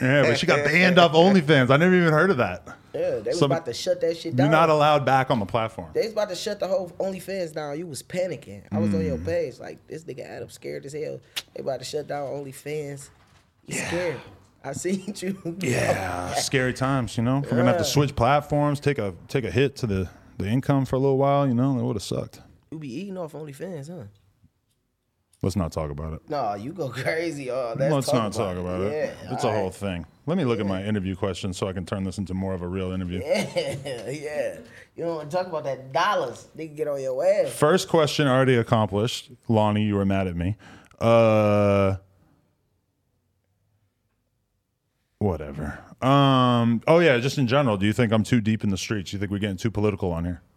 Speaker 1: Yeah, but she got banned off OnlyFans. I never even heard of that.
Speaker 2: Yeah, they was
Speaker 1: Some-
Speaker 2: about to shut that shit
Speaker 1: You're
Speaker 2: down.
Speaker 1: not allowed back on the platform.
Speaker 2: They was about to shut the whole OnlyFans down. You was panicking. I was on
Speaker 1: Mm.
Speaker 2: your page like this nigga Adam scared as hell. They about to shut down OnlyFans. You scared. I seen you.
Speaker 1: Yeah, scary times. You know, we're gonna have to switch platforms, take a take a hit to the the income for a little while. You know, that would have sucked.
Speaker 2: you be eating off OnlyFans, huh?
Speaker 1: Let's not talk about it.
Speaker 2: No, you go crazy. Oh, that's
Speaker 1: Let's not talk about it.
Speaker 2: Yeah,
Speaker 1: it's a whole thing. Let me look at my interview questions so I can turn this into more of a real interview.
Speaker 2: yeah, yeah. You don't want to talk about that dollars. Nigga get on your ass.
Speaker 1: First question already accomplished. Lonnie, you were mad at me. Uh whatever. Um oh yeah, just in general, do you think I'm too deep in the streets? You think we're getting too political on here?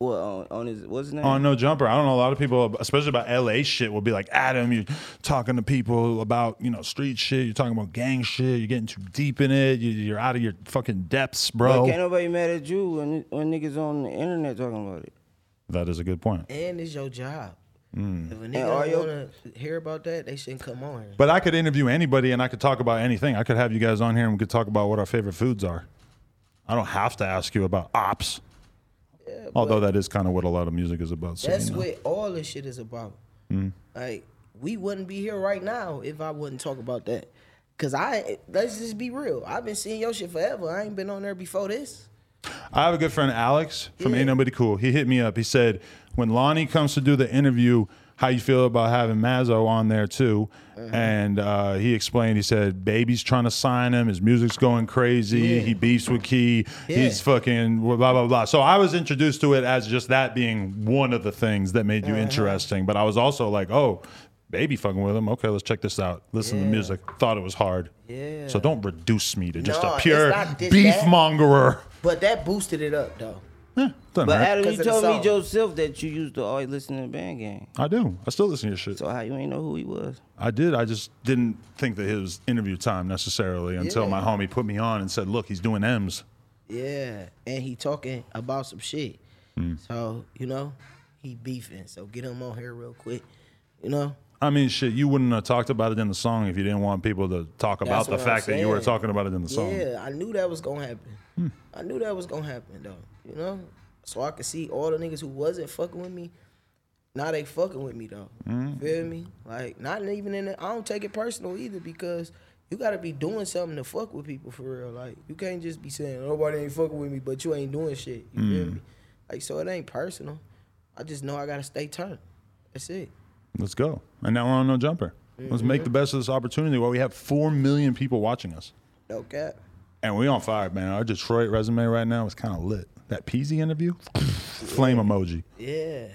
Speaker 3: What on, on his what's his name?
Speaker 1: On no jumper. I don't know. A lot of people, especially about LA shit, will be like, Adam, you're talking to people about, you know, street shit. You're talking about gang shit. You're getting too deep in it. You, you're out of your fucking depths,
Speaker 3: But
Speaker 1: bro.
Speaker 3: can't nobody mad at you when when niggas on the internet talking about it.
Speaker 1: That is a good point.
Speaker 2: And it's your job.
Speaker 1: Mm.
Speaker 2: If a
Speaker 3: all
Speaker 2: nigga
Speaker 3: your-
Speaker 2: don't want to hear about that, they shouldn't come on here.
Speaker 1: But I could interview anybody and I could talk about anything. I could have you guys on here and we could talk about what our favorite foods are. I don't have to ask you about ops. Although that is kind of what a lot of music is about. So,
Speaker 2: That's
Speaker 1: you know.
Speaker 2: what all this shit is about. Like we wouldn't be here right now if I wouldn't talk about that. Cause I let's just be real. I've been seeing your shit forever. I ain't been on there before this.
Speaker 1: I have a good friend, Alex, from
Speaker 2: Yeah.
Speaker 1: Ain't Nobody Cool. He hit me up. He said, when Lonnie comes to do the interview, how you feel about having Mazzo on there too?
Speaker 2: Uh-huh.
Speaker 1: And uh, he explained, he said, Baby's trying to sign him. His music's going crazy. He beefs with Key. He's
Speaker 2: Yeah.
Speaker 1: fucking blah, blah, blah. So I was introduced to it as just that being one of the things that made you
Speaker 2: Uh-huh.
Speaker 1: interesting. But I was also like, oh, Baby fucking with him. Okay, let's check this out. Listen to music. Thought it was hard.
Speaker 2: Yeah.
Speaker 1: So don't reduce me to just
Speaker 2: No,
Speaker 1: a
Speaker 2: it's
Speaker 1: pure
Speaker 2: not this bad.
Speaker 1: beefmongerer.
Speaker 2: But that boosted it up though.
Speaker 1: Done,
Speaker 3: But
Speaker 1: right?
Speaker 3: Adam,
Speaker 2: 'Cause of
Speaker 3: you
Speaker 2: the
Speaker 3: told me
Speaker 2: song.
Speaker 3: yourself that you used to always listen to band game.
Speaker 1: I do. I still listen to your shit.
Speaker 3: So how you ain't know who he was?
Speaker 1: I did. I just didn't think that his interview time necessarily until my homie put me on and said, "Look, he's doing M's."
Speaker 2: Yeah. And he talking about some shit. So, you know, he beefing. So get him on here real quick. You know?
Speaker 1: I mean, shit, you wouldn't have talked about it in the song if you didn't want people to talk about
Speaker 2: That's
Speaker 1: the
Speaker 2: what I'm
Speaker 1: fact that you were
Speaker 2: saying.
Speaker 1: talking about it in the song.
Speaker 2: Yeah, I knew that was gonna happen. I knew that was gonna happen though. You know, so I could see all the niggas who wasn't fucking with me. Now they fucking with me though.
Speaker 1: Mm-hmm.
Speaker 2: Feel me? Like not even in. The, I don't take it personal either because you gotta be doing something to fuck with people for real. Like you can't just be saying nobody ain't fucking with me, but you ain't doing shit. You feel
Speaker 1: Mm-hmm.
Speaker 2: me? Like so it ain't personal. I just know I gotta stay turned. That's it.
Speaker 1: Let's go. And now we're on no jumper. Let's
Speaker 2: Mm-hmm.
Speaker 1: make the best of this opportunity while we have four million people watching us.
Speaker 2: No cap.
Speaker 1: And we on fire, man. Our Detroit resume right now is kind of lit. That Peasy interview, flame emoji.
Speaker 2: Yeah,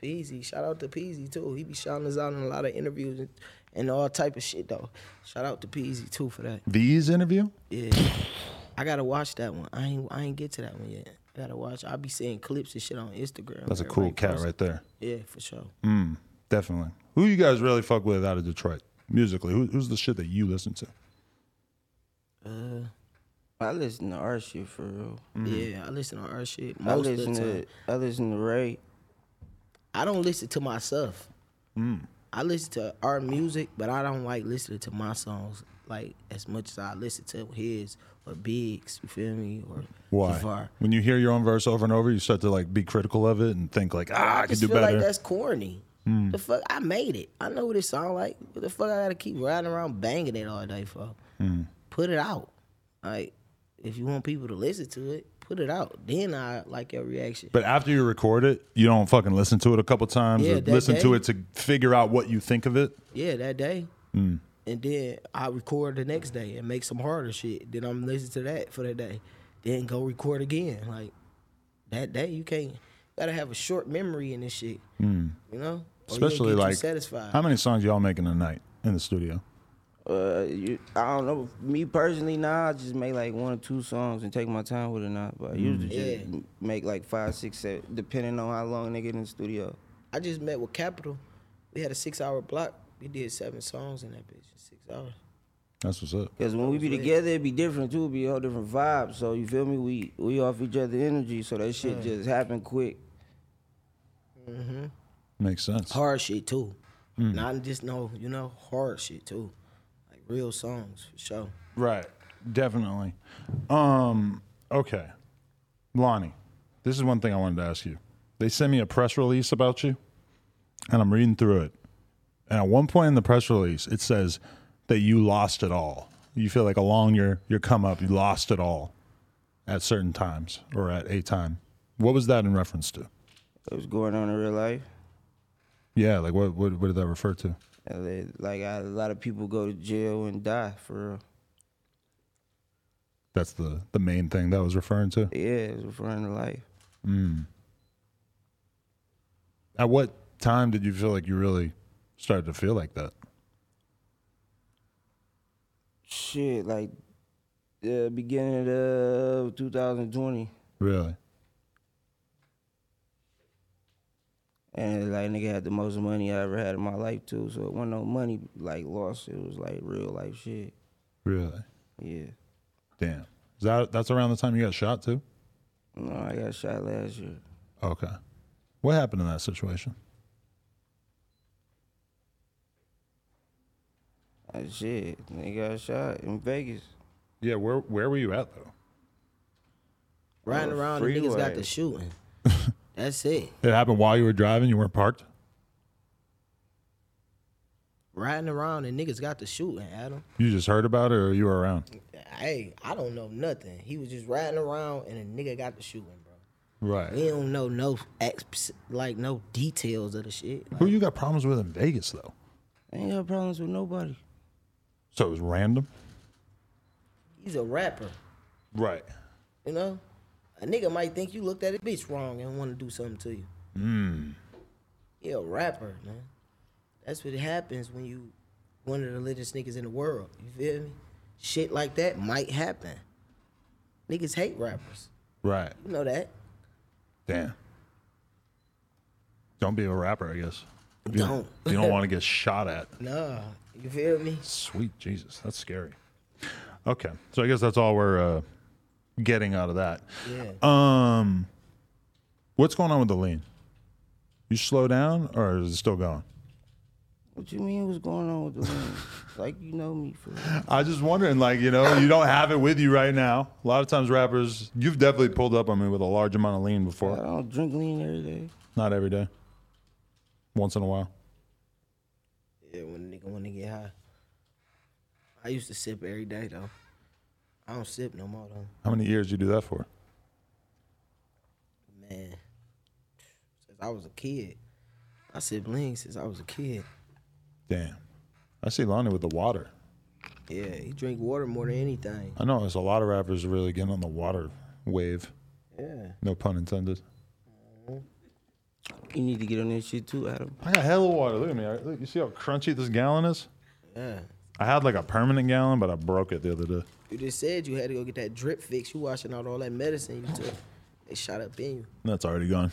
Speaker 2: Peasy. Shout out to Peasy too. He be shouting us out in a lot of interviews and, and all type of shit though. Shout out to Peasy too for that.
Speaker 1: V's interview.
Speaker 2: Yeah, I gotta watch that one. I ain't I ain't get to that one yet. I gotta watch. I be seeing clips and shit on Instagram.
Speaker 1: That's a
Speaker 2: Everybody
Speaker 1: cool cat
Speaker 2: post-
Speaker 1: right there.
Speaker 2: Yeah, for sure.
Speaker 1: Definitely. Who you guys really fuck with out of Detroit musically? Who, who's the shit that you listen to?
Speaker 3: I listen to our shit for real.
Speaker 2: Yeah, I listen to our shit
Speaker 3: I
Speaker 2: most of the
Speaker 3: listen
Speaker 2: time.
Speaker 3: to I listen to Ray.
Speaker 2: I don't listen to myself.
Speaker 1: Mm.
Speaker 2: I listen to our music, but I don't like listening to my songs like as much as I listen to his or Big's. You feel me? Or
Speaker 1: Why?
Speaker 2: Jafar.
Speaker 1: When you hear your own verse over and over, you start to like be critical of it and think like, ah, I,
Speaker 2: I
Speaker 1: could
Speaker 2: just
Speaker 1: do
Speaker 2: feel
Speaker 1: better. Mm.
Speaker 2: like that's corny. The fuck, I made it. I know what it sound like. What the fuck, I gotta keep riding around banging
Speaker 1: Mm.
Speaker 2: it all day for? Put it out. Like, if you want people to listen to it, put put it out. Then I like your reaction.
Speaker 1: But after you record it, you don't fucking listen to it a couple times or
Speaker 2: Yeah, that
Speaker 1: listen to
Speaker 2: day. Oh,
Speaker 1: it to figure out what you think of it.
Speaker 2: Yeah, that day.
Speaker 1: Mm.
Speaker 2: And then I record the next day and make some harder shit. Then I'm listening to that for that day. Then go record again. Like that day, you can't. Gotta have a short memory in this shit. You know, Or you don't
Speaker 1: Mm. Especially
Speaker 2: get too
Speaker 1: like
Speaker 2: satisfied.
Speaker 1: how many songs y'all making a night in the studio?
Speaker 3: Uh, you, I don't know. Me personally, now I just make like one or two songs and take my time with it now. But I usually just
Speaker 2: Mm. Yeah.
Speaker 3: m- make like five, six, seven, depending on how long they get in the studio.
Speaker 2: I just met with Capital. We had a six hour block. We did seven songs in that bitch in six hours.
Speaker 1: That's what's up.
Speaker 3: Cause when we be together, it be different too. It be a whole different vibe. So you feel me? We we off each other energy. So that shit just happen quick.
Speaker 1: Makes sense.
Speaker 2: Hard shit too.
Speaker 1: Mm.
Speaker 2: Not just no, you know, hard shit too. Like real songs for sure.
Speaker 1: Right. Definitely. Um, okay. Lonnie, this is one thing I wanted to ask you. They sent me a press release about you, and I'm reading through it. And at one point in the press release, it says that you lost it all. You feel like along your, your come up, you lost it all at certain times or at a time. What was that in reference to?
Speaker 3: What's going on in real life?
Speaker 1: Yeah, like what what, what did that refer to?
Speaker 3: And they- Like I, a lot of people go to jail and die for
Speaker 1: That's the the main thing that was referring to.
Speaker 3: real. Yeah, it's referring to life.
Speaker 1: At what time did you feel like you really started to feel like that?
Speaker 3: Shit, like the beginning of 2020.
Speaker 1: Really?
Speaker 3: And like nigga had the most money I ever had in my life too. So it wasn't no money like lost. It was like real life shit.
Speaker 1: Really?
Speaker 3: Yeah.
Speaker 1: Damn. Is that that's around the time you got shot too?
Speaker 3: No, I got shot last year.
Speaker 1: Okay. What happened in that situation?
Speaker 3: Like, Uh, shit, they got shot in Vegas.
Speaker 1: Yeah, where where were you at though?
Speaker 2: Riding
Speaker 3: Oh,
Speaker 2: around, the niggas got
Speaker 3: freeway.
Speaker 2: the shooting. That's it.
Speaker 1: It happened while you were driving, you weren't parked?
Speaker 2: Riding around, and niggas got the shooting. Adam,
Speaker 1: You just heard about it or you were around?
Speaker 2: hey, I don't know nothing. He was just riding around, and a nigga got the shooting, bro. We
Speaker 1: Right.
Speaker 2: don't know no ex- like no details of the shit. Like,
Speaker 1: Who you got problems with in Vegas though?
Speaker 3: I ain't got problems with nobody.
Speaker 1: So it was random?
Speaker 2: he's a rapper,
Speaker 1: Right.
Speaker 2: you know. A nigga might think you looked at a bitch wrong and want to do something to you. Mm. He a rapper, man. That's what happens when you one of the littest niggas in the world. You feel me? Shit like that might happen. Niggas hate rappers.
Speaker 1: Right.
Speaker 2: You know that.
Speaker 1: Damn. Don't be a rapper, I guess. You
Speaker 2: Don't.
Speaker 1: you don't want to get shot at.
Speaker 2: Nah, you feel me?
Speaker 1: Sweet Jesus, that's scary. Okay, so I guess that's all we're uh, getting out of that.
Speaker 2: Yeah.
Speaker 1: Um, what's going on with the lean? You slow down, or is it still going?
Speaker 3: What you mean? What's going on with the women? like you know me for real.
Speaker 1: I just wondering, like you know, you don't have it with you right now. A lot of times, rappers, you've definitely pulled up on me with a large amount of lean
Speaker 3: I
Speaker 1: before.
Speaker 3: don't drink lean every day.
Speaker 1: Not every day. Once in a while.
Speaker 2: Yeah, when a nigga want to get high. I used to sip every day though. I don't sip no more though.
Speaker 1: How many years you do that for?
Speaker 2: Man, since I was a kid, I sip lean since I was a kid.
Speaker 1: Damn. I see Lonnie with the water.
Speaker 2: Yeah, he drink water more than anything.
Speaker 1: I know there's a lot of rappers really getting on the water wave.
Speaker 2: Yeah.
Speaker 1: No pun intended.
Speaker 3: You need to get on that shit too, Adam.
Speaker 1: I got hella water. Look at me. I- Look, you see how crunchy this gallon is?
Speaker 2: Yeah.
Speaker 1: I had like a permanent gallon, but I broke it the other day.
Speaker 2: You just said you had to go get that drip fix. You washing out all that medicine you took. They shot up in you.
Speaker 1: That's already gone.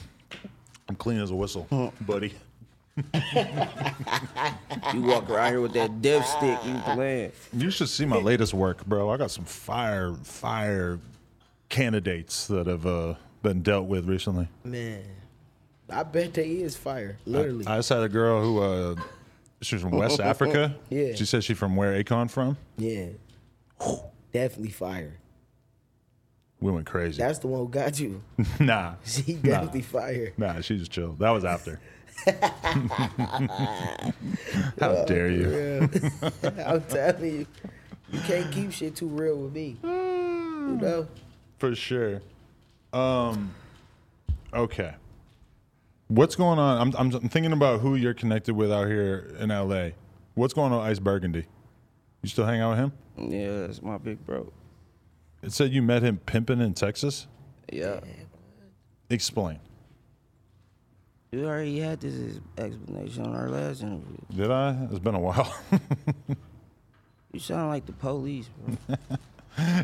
Speaker 1: I'm clean as a whistle, buddy.
Speaker 3: You walk around here with that death stick. You playing?
Speaker 1: You should see my latest work, bro. I got some fire, fire candidates that have uh, been dealt with recently.
Speaker 2: Man, I bet they is fire. Literally.
Speaker 1: I just had a girl who, uh, she was from West Africa.
Speaker 2: Yeah.
Speaker 1: She said she's from where Akon from.
Speaker 2: yeah. Definitely fire.
Speaker 1: We went crazy.
Speaker 2: That's the one who got you.
Speaker 1: nah.
Speaker 2: She definitely fire.
Speaker 1: Nah, she just chilled. That was after. How dare you?
Speaker 2: Yeah. I'm telling you, you can't keep shit too real with me. You know,
Speaker 1: For sure. Um, Okay. What's going on? I'm, I'm, I'm thinking about who you're connected with out here in LA. What's going on, with Ice Burgundy? You still hang out with him?
Speaker 3: Yeah, that's my big bro.
Speaker 1: It said you met him pimping in Texas.
Speaker 3: Yeah.
Speaker 1: Explain.
Speaker 3: You already had this explanation on our last interview.
Speaker 1: Did I? It's been a while.
Speaker 3: You sound like the police, bro.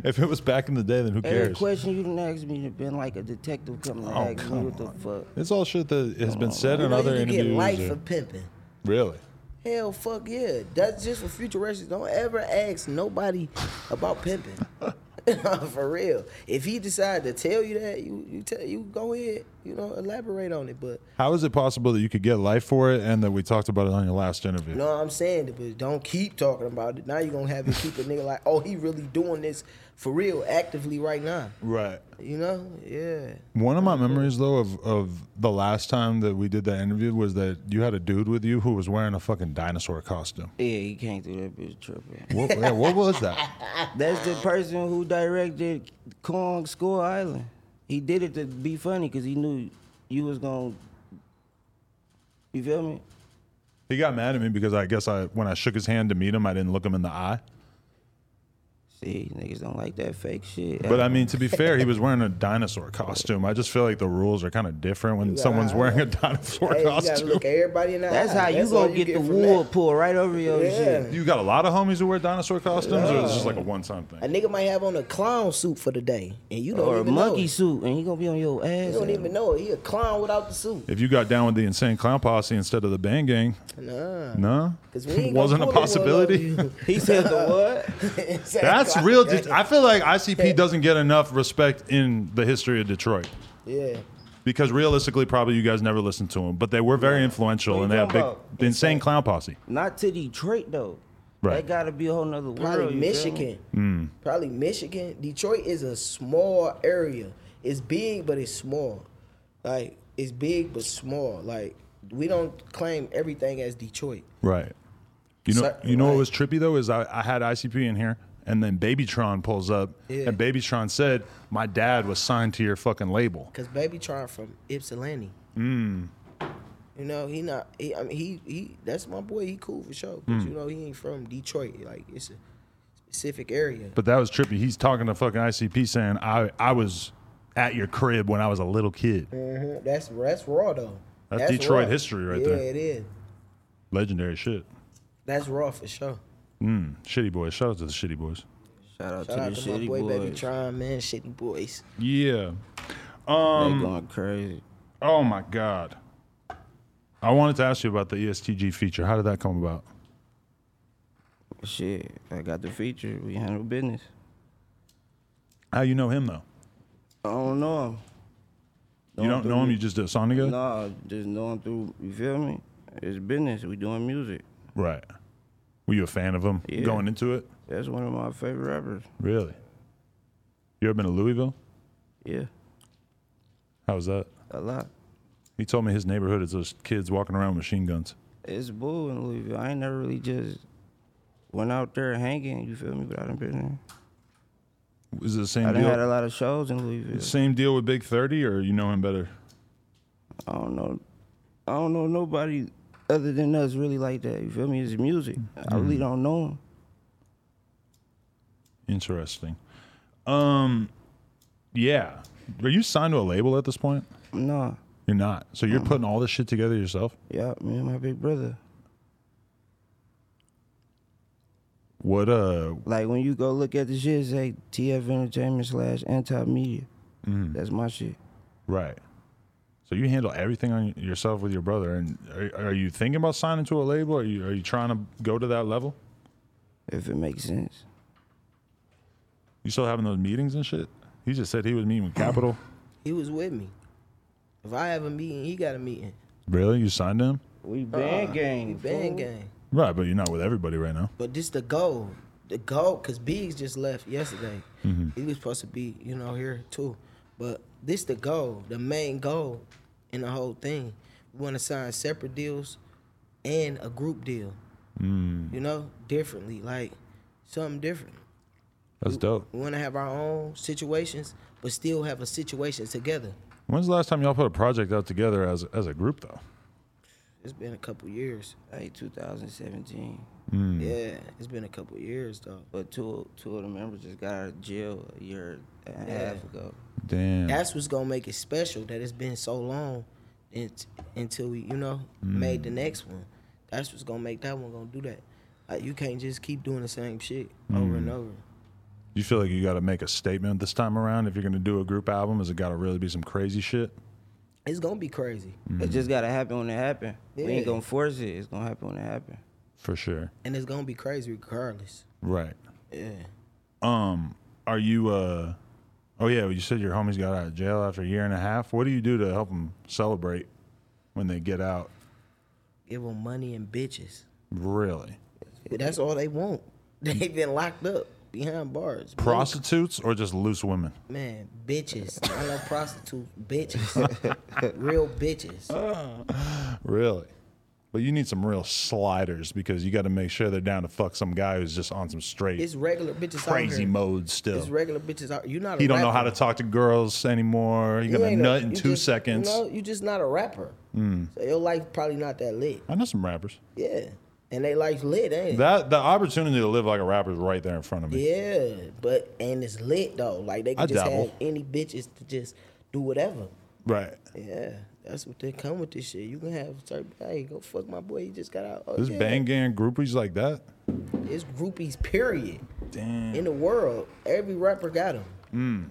Speaker 1: if it was back in the day, then who
Speaker 3: Every
Speaker 1: cares?
Speaker 3: question you done asked me have been like a detective coming to
Speaker 1: Oh,
Speaker 3: ask me
Speaker 1: come
Speaker 3: what the fuck.
Speaker 1: It's all shit that has been said
Speaker 2: You
Speaker 1: in
Speaker 2: know
Speaker 1: other
Speaker 2: you can get
Speaker 1: interviews.
Speaker 2: life
Speaker 1: or-
Speaker 2: for pimping.
Speaker 1: really?
Speaker 2: Hell, fuck yeah. That's just for future reference. Don't ever ask nobody about pimping. for real. If he decide to tell you that, you you tell you go ahead. You know, elaborate on it. But
Speaker 1: How is it possible that you could get life for it and that we talked about it on your last interview?
Speaker 2: you know what I'm saying? But don't keep talking about it. Now you're gonna have to keep a nigga like, oh, he really doing this for real, actively right now.
Speaker 1: Right.
Speaker 2: You know? Yeah.
Speaker 1: One of my memories though of, of the last time that we did that interview was that you had a dude with you who was wearing a fucking dinosaur costume.
Speaker 3: Yeah, he came through that bitch tripping.
Speaker 1: What, yeah, what was that?
Speaker 3: That's the person who directed Kong Skull Island. He did it to be funny because he knew you was gonna. You feel me?
Speaker 1: He got mad at me because I guess I when I shook his hand to meet him, I didn't look him in the eye.
Speaker 3: See, niggas don't like that fake shit.
Speaker 1: But I mean, to be fair, he was wearing a dinosaur costume. I just feel like the rules are kind of different when someone's wearing a dinosaur
Speaker 2: Hey, you gotta
Speaker 1: costume.
Speaker 2: look at everybody in the
Speaker 3: that's
Speaker 2: eye.
Speaker 3: how you
Speaker 2: all
Speaker 3: gonna get, the
Speaker 2: from
Speaker 3: wool
Speaker 2: that.
Speaker 3: pulled right over your
Speaker 2: Yeah.
Speaker 3: shit.
Speaker 1: You got a lot of homies who wear dinosaur costumes, or it's just like a one-time
Speaker 2: A
Speaker 1: thing.
Speaker 2: nigga might have on a clown suit for the day, and you don't
Speaker 3: Or a
Speaker 2: even
Speaker 3: monkey
Speaker 2: know.
Speaker 3: suit, and he gonna be on your ass.
Speaker 2: You don't even know. He a clown without the suit.
Speaker 1: If you got down with the insane clown posse instead of the band gang,
Speaker 2: Nah.
Speaker 1: no,
Speaker 2: Cause we ain't gonna
Speaker 1: wasn't a
Speaker 2: pull the wool
Speaker 1: possibility.
Speaker 2: over you.
Speaker 3: He said the what?
Speaker 2: Exactly.
Speaker 1: That's real. Det- I feel like ICP doesn't get enough respect in the history of Detroit
Speaker 2: Yeah.
Speaker 1: because realistically, probably you guys never listened to them, but they were very influential and they have
Speaker 3: talking
Speaker 1: big,
Speaker 3: about?
Speaker 1: the insane clown posse.
Speaker 3: Not to Detroit though.
Speaker 1: Right.
Speaker 3: That gotta be a whole nother world.
Speaker 2: Probably
Speaker 3: you feel me?
Speaker 2: Michigan.
Speaker 1: Mm.
Speaker 2: Probably Michigan. Detroit is a small area. It's big, but it's small. Like it's big but small. Like we don't claim everything as Detroit.
Speaker 1: Right. You know,
Speaker 2: Certain
Speaker 1: you know what
Speaker 2: way.
Speaker 1: was trippy though is I, I had ICP in here, and then Babytron pulls up,
Speaker 2: Yeah.
Speaker 1: and Babytron said, "My dad was signed to your fucking label."
Speaker 2: Cause Baby Tron from Ypsilanti.
Speaker 1: Mm.
Speaker 2: You know he not. He, I mean he he. That's my boy. He cool for sure. But
Speaker 1: Mm.
Speaker 2: you know he ain't from Detroit. Like it's a specific area.
Speaker 1: But that was trippy. He's talking to fucking ICP saying, "I I was at your crib when I was a little kid."
Speaker 2: Mhm. That's that's raw though.
Speaker 1: That's Detroit history right
Speaker 2: yeah,
Speaker 1: there.
Speaker 2: Yeah, it is.
Speaker 1: Legendary shit.
Speaker 2: That's raw for sure.
Speaker 1: Shitty boys. Shout out to the shitty boys.
Speaker 3: Shout out
Speaker 2: Shout
Speaker 3: to
Speaker 2: out
Speaker 3: the
Speaker 2: to my
Speaker 3: shitty
Speaker 2: boy
Speaker 3: boys.
Speaker 2: Baby Tron, man. Shitty boys.
Speaker 1: Yeah. Um,
Speaker 3: they going crazy.
Speaker 1: Oh my god. I wanted to ask you about the E ESTG feature. How did that come about?
Speaker 3: Shit, I got the feature. We handle business.
Speaker 1: How you know him though?
Speaker 3: I don't know him.
Speaker 1: you don't know him. You just did a song together,
Speaker 3: Nah, just know him through. You feel me? It's business. We doing music.
Speaker 1: right? Were you a fan of him
Speaker 3: Yeah.
Speaker 1: going into it?
Speaker 3: That's one of my favorite rappers.
Speaker 1: Really? You ever been to Louisville?
Speaker 3: Yeah,
Speaker 1: How was that?
Speaker 3: a lot.
Speaker 1: He told me his neighborhood is those kids walking around with machine guns.
Speaker 3: It's bull in Louisville. I ain't never really just went out there hanging. You feel me? But I done been there.
Speaker 1: Is it the same
Speaker 3: I done had a
Speaker 1: deal?
Speaker 3: lot of shows in Louisville.
Speaker 1: Same deal with Big Thirty, or you know him better?
Speaker 3: I don't know. I don't know nobody other than us really like that. You feel me? It's music. I
Speaker 1: Mm.
Speaker 3: really don't know him.
Speaker 1: Interesting. Um, yeah. Are you signed to a label at this point?
Speaker 3: Nah.
Speaker 1: You're not. So you're putting all this shit together yourself.
Speaker 3: Yeah, me and my big brother.
Speaker 1: What uh?
Speaker 3: Like when you go look at the shit, it's like TF Entertainment slash Anti Media. That's my shit.
Speaker 1: Right. So you handle everything on yourself with your brother, and are, are you thinking about signing to a label? Are you are you trying to go to that level?
Speaker 3: If it makes sense.
Speaker 1: You still having those meetings and shit? He just said he was meeting with Capital.
Speaker 2: He was with me. If I have a meeting, he got a meeting.
Speaker 1: really? You signed him?
Speaker 3: We Uh, band gang.
Speaker 2: We band gang.
Speaker 1: Right, but you're not with everybody right now.
Speaker 2: But this the goal. The goal, cause Biggs just left yesterday.
Speaker 3: Mm-hmm.
Speaker 2: He was supposed to be, you know, here too. But this the goal, the main goal in the whole thing. We want to sign separate deals and
Speaker 3: Mm.
Speaker 2: a group deal. You know, differently, like something different.
Speaker 1: That's dope.
Speaker 2: We want to have our own situations, but still have a situation together.
Speaker 1: When's the last time y'all put a project out together as as a group though?
Speaker 2: It's been a couple years.
Speaker 3: like 2017.
Speaker 2: Yeah, it's been a couple years though.
Speaker 3: But two two of the members just got out of jail a year and a half ago.
Speaker 1: Damn.
Speaker 2: That's what's gonna make it special that it's been so long, it, until we you know made the next one. That's what's gonna make that one gonna do that. Like, you can't just keep doing the same shit over and over.
Speaker 1: you feel like you got to make a statement this time around if you're gonna do a group album? Is it got to really be some crazy shit?
Speaker 2: It's gonna be crazy.
Speaker 3: It just gotta happen when it happen. We
Speaker 2: Yeah.
Speaker 3: ain't gonna force it. It's gonna happen when it happen.
Speaker 1: For sure.
Speaker 2: And it's gonna be crazy regardless.
Speaker 1: Right.
Speaker 2: Yeah.
Speaker 1: Um. Are you? uh Oh yeah. You said your homies got out of jail after a year and a half. What do you do to help them celebrate when they get out?
Speaker 2: Give them money and bitches.
Speaker 1: Really?
Speaker 2: But that's all they want. They've been locked up behind bars.
Speaker 1: Prostitutes or just loose women?
Speaker 2: Man, bitches. I love prostitutes. Bitches. Real bitches.
Speaker 1: Really? But you need some real sliders because you got to make sure they're down to fuck some guy who's just on some straight
Speaker 2: It's regular bitches out
Speaker 1: crazy
Speaker 2: here.
Speaker 1: mode still.
Speaker 2: It's regular bitches out. You're not a
Speaker 1: he don't know how
Speaker 2: rapper.
Speaker 1: to talk to girls anymore. He
Speaker 2: You
Speaker 1: got a
Speaker 2: ain't
Speaker 1: nut in
Speaker 2: you
Speaker 1: two
Speaker 2: just-
Speaker 1: seconds. Mm.
Speaker 2: No, you just not a rapper. So your life probably not that lit.
Speaker 1: I know some rappers.
Speaker 2: Yeah. And they life lit, ain't it?
Speaker 1: That the opportunity to live like a rapper is right there in front of me.
Speaker 2: Yeah. But and it's lit though. Like they can
Speaker 1: I
Speaker 2: just
Speaker 1: dabble.
Speaker 2: have any bitches to just do whatever.
Speaker 1: Right.
Speaker 2: Yeah. That's what they come with this shit. You can have certain hey, go fuck my boy, he just got out. Oh,
Speaker 1: There's
Speaker 2: yeah.
Speaker 1: bang gang groupies like that.
Speaker 2: It's groupies, period.
Speaker 1: Damn.
Speaker 2: In the world, every rapper got them.
Speaker 1: Mm.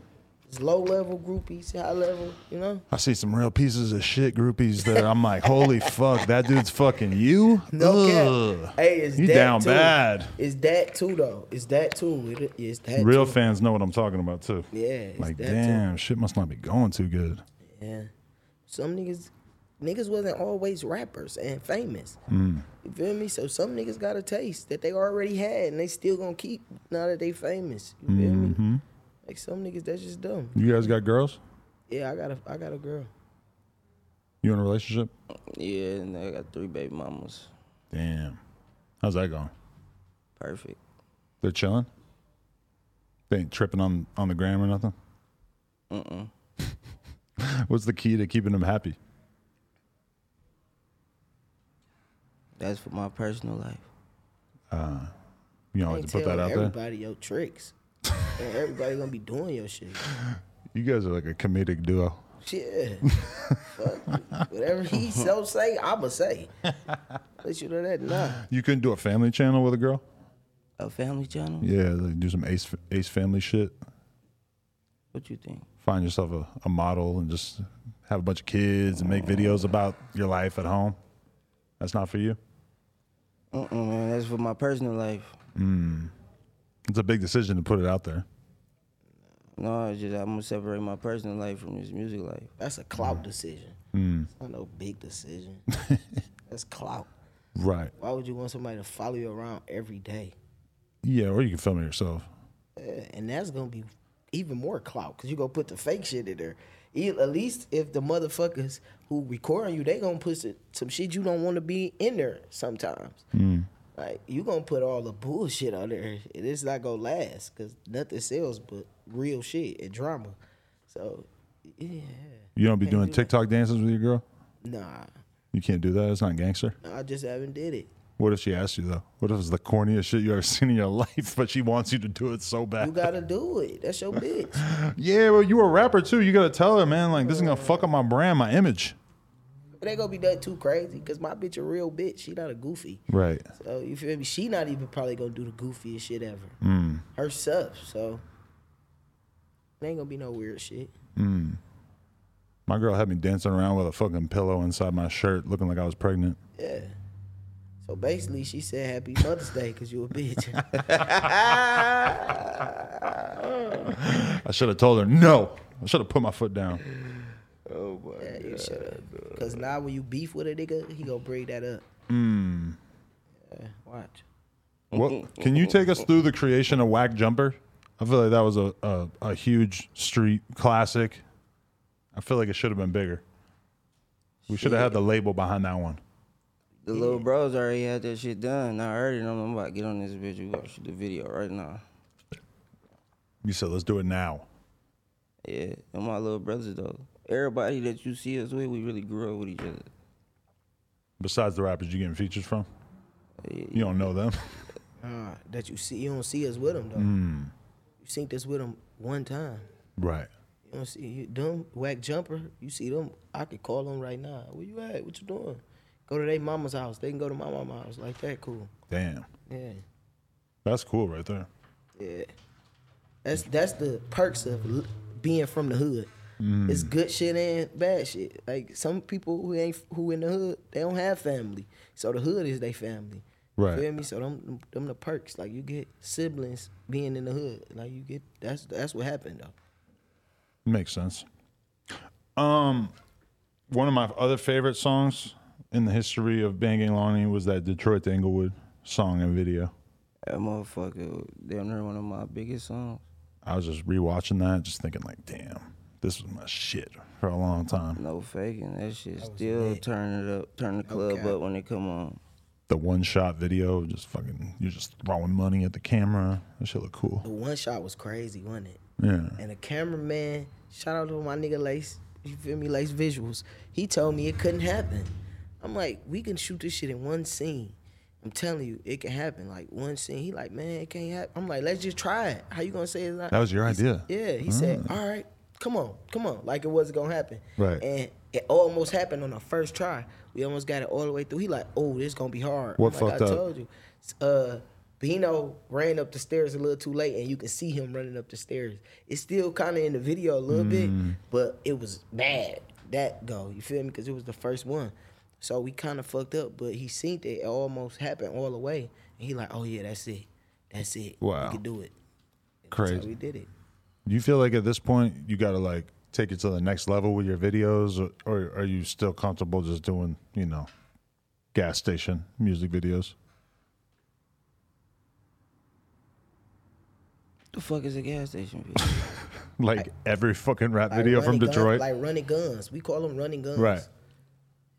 Speaker 2: It's low level groupies, high level, you know?
Speaker 1: I see some real pieces of shit groupies that I'm like, holy fuck, that dude's fucking you.
Speaker 2: No
Speaker 1: Ugh.
Speaker 2: cap. Hey, it's
Speaker 1: you
Speaker 2: that
Speaker 1: down
Speaker 2: too.
Speaker 1: bad.
Speaker 2: It's that too, though. It's that too. It- it's that
Speaker 1: Real
Speaker 2: too.
Speaker 1: fans know what I'm talking about too.
Speaker 2: Yeah, it's
Speaker 1: Like,
Speaker 2: that too.
Speaker 1: damn, shit must not be going too good.
Speaker 2: Yeah. Some niggas, niggas wasn't always rappers and famous.
Speaker 1: Mm.
Speaker 2: You feel me? So some niggas got a taste that they already had and they still gonna keep now that they famous. You feel
Speaker 1: Mm-hmm.
Speaker 2: me? Like some niggas, that's just dumb.
Speaker 1: You guys got girls?
Speaker 2: Yeah, I got a, I got a girl.
Speaker 1: You in a relationship?
Speaker 3: Yeah, and I got three baby mamas.
Speaker 1: Damn. How's that going?
Speaker 3: Perfect.
Speaker 1: They're chilling? They ain't tripping on, on the gram or nothing? Mm-mm. What's the key to keeping them happy?
Speaker 3: That's for my personal life.
Speaker 1: You don't
Speaker 2: I
Speaker 1: like
Speaker 2: ain't
Speaker 1: to put that
Speaker 2: telling
Speaker 1: out there?
Speaker 2: everybody your tricks. and everybody gonna be doing your shit.
Speaker 1: You guys are like a comedic duo.
Speaker 2: Shit. Fuck. Whatever he so say, I'ma say. Let you know that nah.
Speaker 1: You couldn't do a family channel with a girl?
Speaker 3: A family channel?
Speaker 1: Yeah, like do some ace ace family shit.
Speaker 3: What you think?
Speaker 1: Find yourself a, a model and just have a bunch of kids and make videos about your life at home. That's not for you.
Speaker 3: Mm-mm, man. That's for my personal life.
Speaker 1: It's a big decision to put it out there.
Speaker 3: No, it's just I'm gonna separate my personal life from this music life.
Speaker 2: That's a clout decision. It's not no big decision. That's clout.
Speaker 1: Right.
Speaker 2: Why would you want somebody to follow you around every day?
Speaker 1: Yeah, or you can film it yourself.
Speaker 2: Yeah, and that's gonna be even more clout because you gonna put the fake shit in there. E- At least if the motherfuckers who recording you, they gonna put some- some shit you don't want to be in there sometimes. Like you gonna put all the bullshit on there, and it's not gonna last because nothing sells but real shit and drama. So yeah,
Speaker 1: You don't be doing TikTok dances with your girl?
Speaker 2: nah,
Speaker 1: You can't do that. It's not gangster.
Speaker 2: I just haven't did it.
Speaker 1: What if she asked you though? What if it's the corniest shit you ever seen in your life, but she wants you to do it so bad?
Speaker 2: You gotta do it. That's your bitch.
Speaker 1: yeah, well, you a rapper too. You gotta tell her, man. Like this is gonna fuck up my brand, my image.
Speaker 2: But they gonna be nothing too crazy because my bitch a real bitch. She not a goofy.
Speaker 1: Right.
Speaker 2: So you feel me? She not even probably gonna do the goofiest shit ever herself. So it ain't gonna be no weird shit.
Speaker 1: My girl had me dancing around with a fucking pillow inside my shirt, looking like I was pregnant.
Speaker 2: Yeah. So basically, she said Happy Mother's Day because you a bitch.
Speaker 1: I should have told her no. I should have put my foot down.
Speaker 2: yeah, you should have. Because now when you beef with a nigga, he gonna bring that up. Yeah, watch.
Speaker 1: What? Can you take us through the creation of Whack Jumper? I feel like that was a, a, a huge street classic. I feel like it should have been bigger. We should have had the label behind that one.
Speaker 3: The little bros already had that shit done. I heard it. I'm, I'm about to get on this bitch. We about to shoot the video right now.
Speaker 1: You said, let's do it now.
Speaker 3: Yeah, and my little brothers though. Everybody that you see us with, we really grew up with each other.
Speaker 1: Besides the rappers you getting features from? You don't know them.
Speaker 2: Ah, that you see, you don't see us with them though. You synced us with them one time.
Speaker 1: right.
Speaker 2: You don't see you, them whack jumper. You see them, I could call them right now. Where you at? What you doing? Go to their mama's house. They can go to my mama's house like that. Cool.
Speaker 1: Damn.
Speaker 2: Yeah,
Speaker 1: That's cool right there.
Speaker 2: yeah. That's that's the perks of l- being from the hood. It's good shit and bad shit. Like some people who ain't who in the hood, they don't have family. So the hood is their family. You
Speaker 1: Right.
Speaker 2: Feel me? So them them the perks. Like you get siblings being in the hood. Like you get that's that's what happened though.
Speaker 1: Makes sense. Um, one of my other favorite songs in the history of Banging Lonnie was that Detroit to Englewood song and video.
Speaker 3: That motherfucker, damn near one of my biggest songs.
Speaker 1: I was just rewatching that, just thinking like, damn, this was my shit for a long time.
Speaker 3: No faking, that shit still turn it up, turn the club up when it come on.
Speaker 1: The one shot video, just fucking, you're just throwing money at the camera. That shit look
Speaker 2: The
Speaker 1: cool.
Speaker 2: one shot was crazy, wasn't it?
Speaker 1: Yeah.
Speaker 2: And the cameraman, shout out to my nigga Lace, you feel me, Lace Visuals. He told me it couldn't happen. I'm like, we can shoot this shit in one scene. I'm telling you, it can happen. Like one scene. He like, man, it can't happen. I'm like, let's just try it. How you gonna say it's not?
Speaker 1: That was your
Speaker 2: He s-
Speaker 1: idea? Mm.
Speaker 2: Yeah. He said, all right, come on, come on. Like it wasn't gonna happen.
Speaker 1: Right.
Speaker 2: And it almost happened on the first try. We almost got it all the way through. He like, oh, this gonna be hard.
Speaker 1: What
Speaker 2: I'm like,
Speaker 1: fucked
Speaker 2: I
Speaker 1: up?
Speaker 2: told you. S- Uh, Bino ran up the stairs a little too late, and you can see him running up the stairs. It's still kind of in the video a little
Speaker 1: Mm.
Speaker 2: bit, but it was bad that go. You feel me? Because it was the first one, so we kind of fucked up. But he seen it. It almost happened all the way, and he like, oh yeah, that's it, that's it.
Speaker 1: Wow.
Speaker 2: we can do it.
Speaker 1: Crazy.
Speaker 2: So we did it.
Speaker 1: Do you feel like at this point you got to like take it to the next level with your videos, or, or are you still comfortable just doing, you know, gas station music videos?
Speaker 3: The fuck is a gas station? bitch?
Speaker 1: Like every fucking rap video from
Speaker 2: running guns-
Speaker 1: Detroit?
Speaker 2: like running guns. We call them running guns.
Speaker 1: right.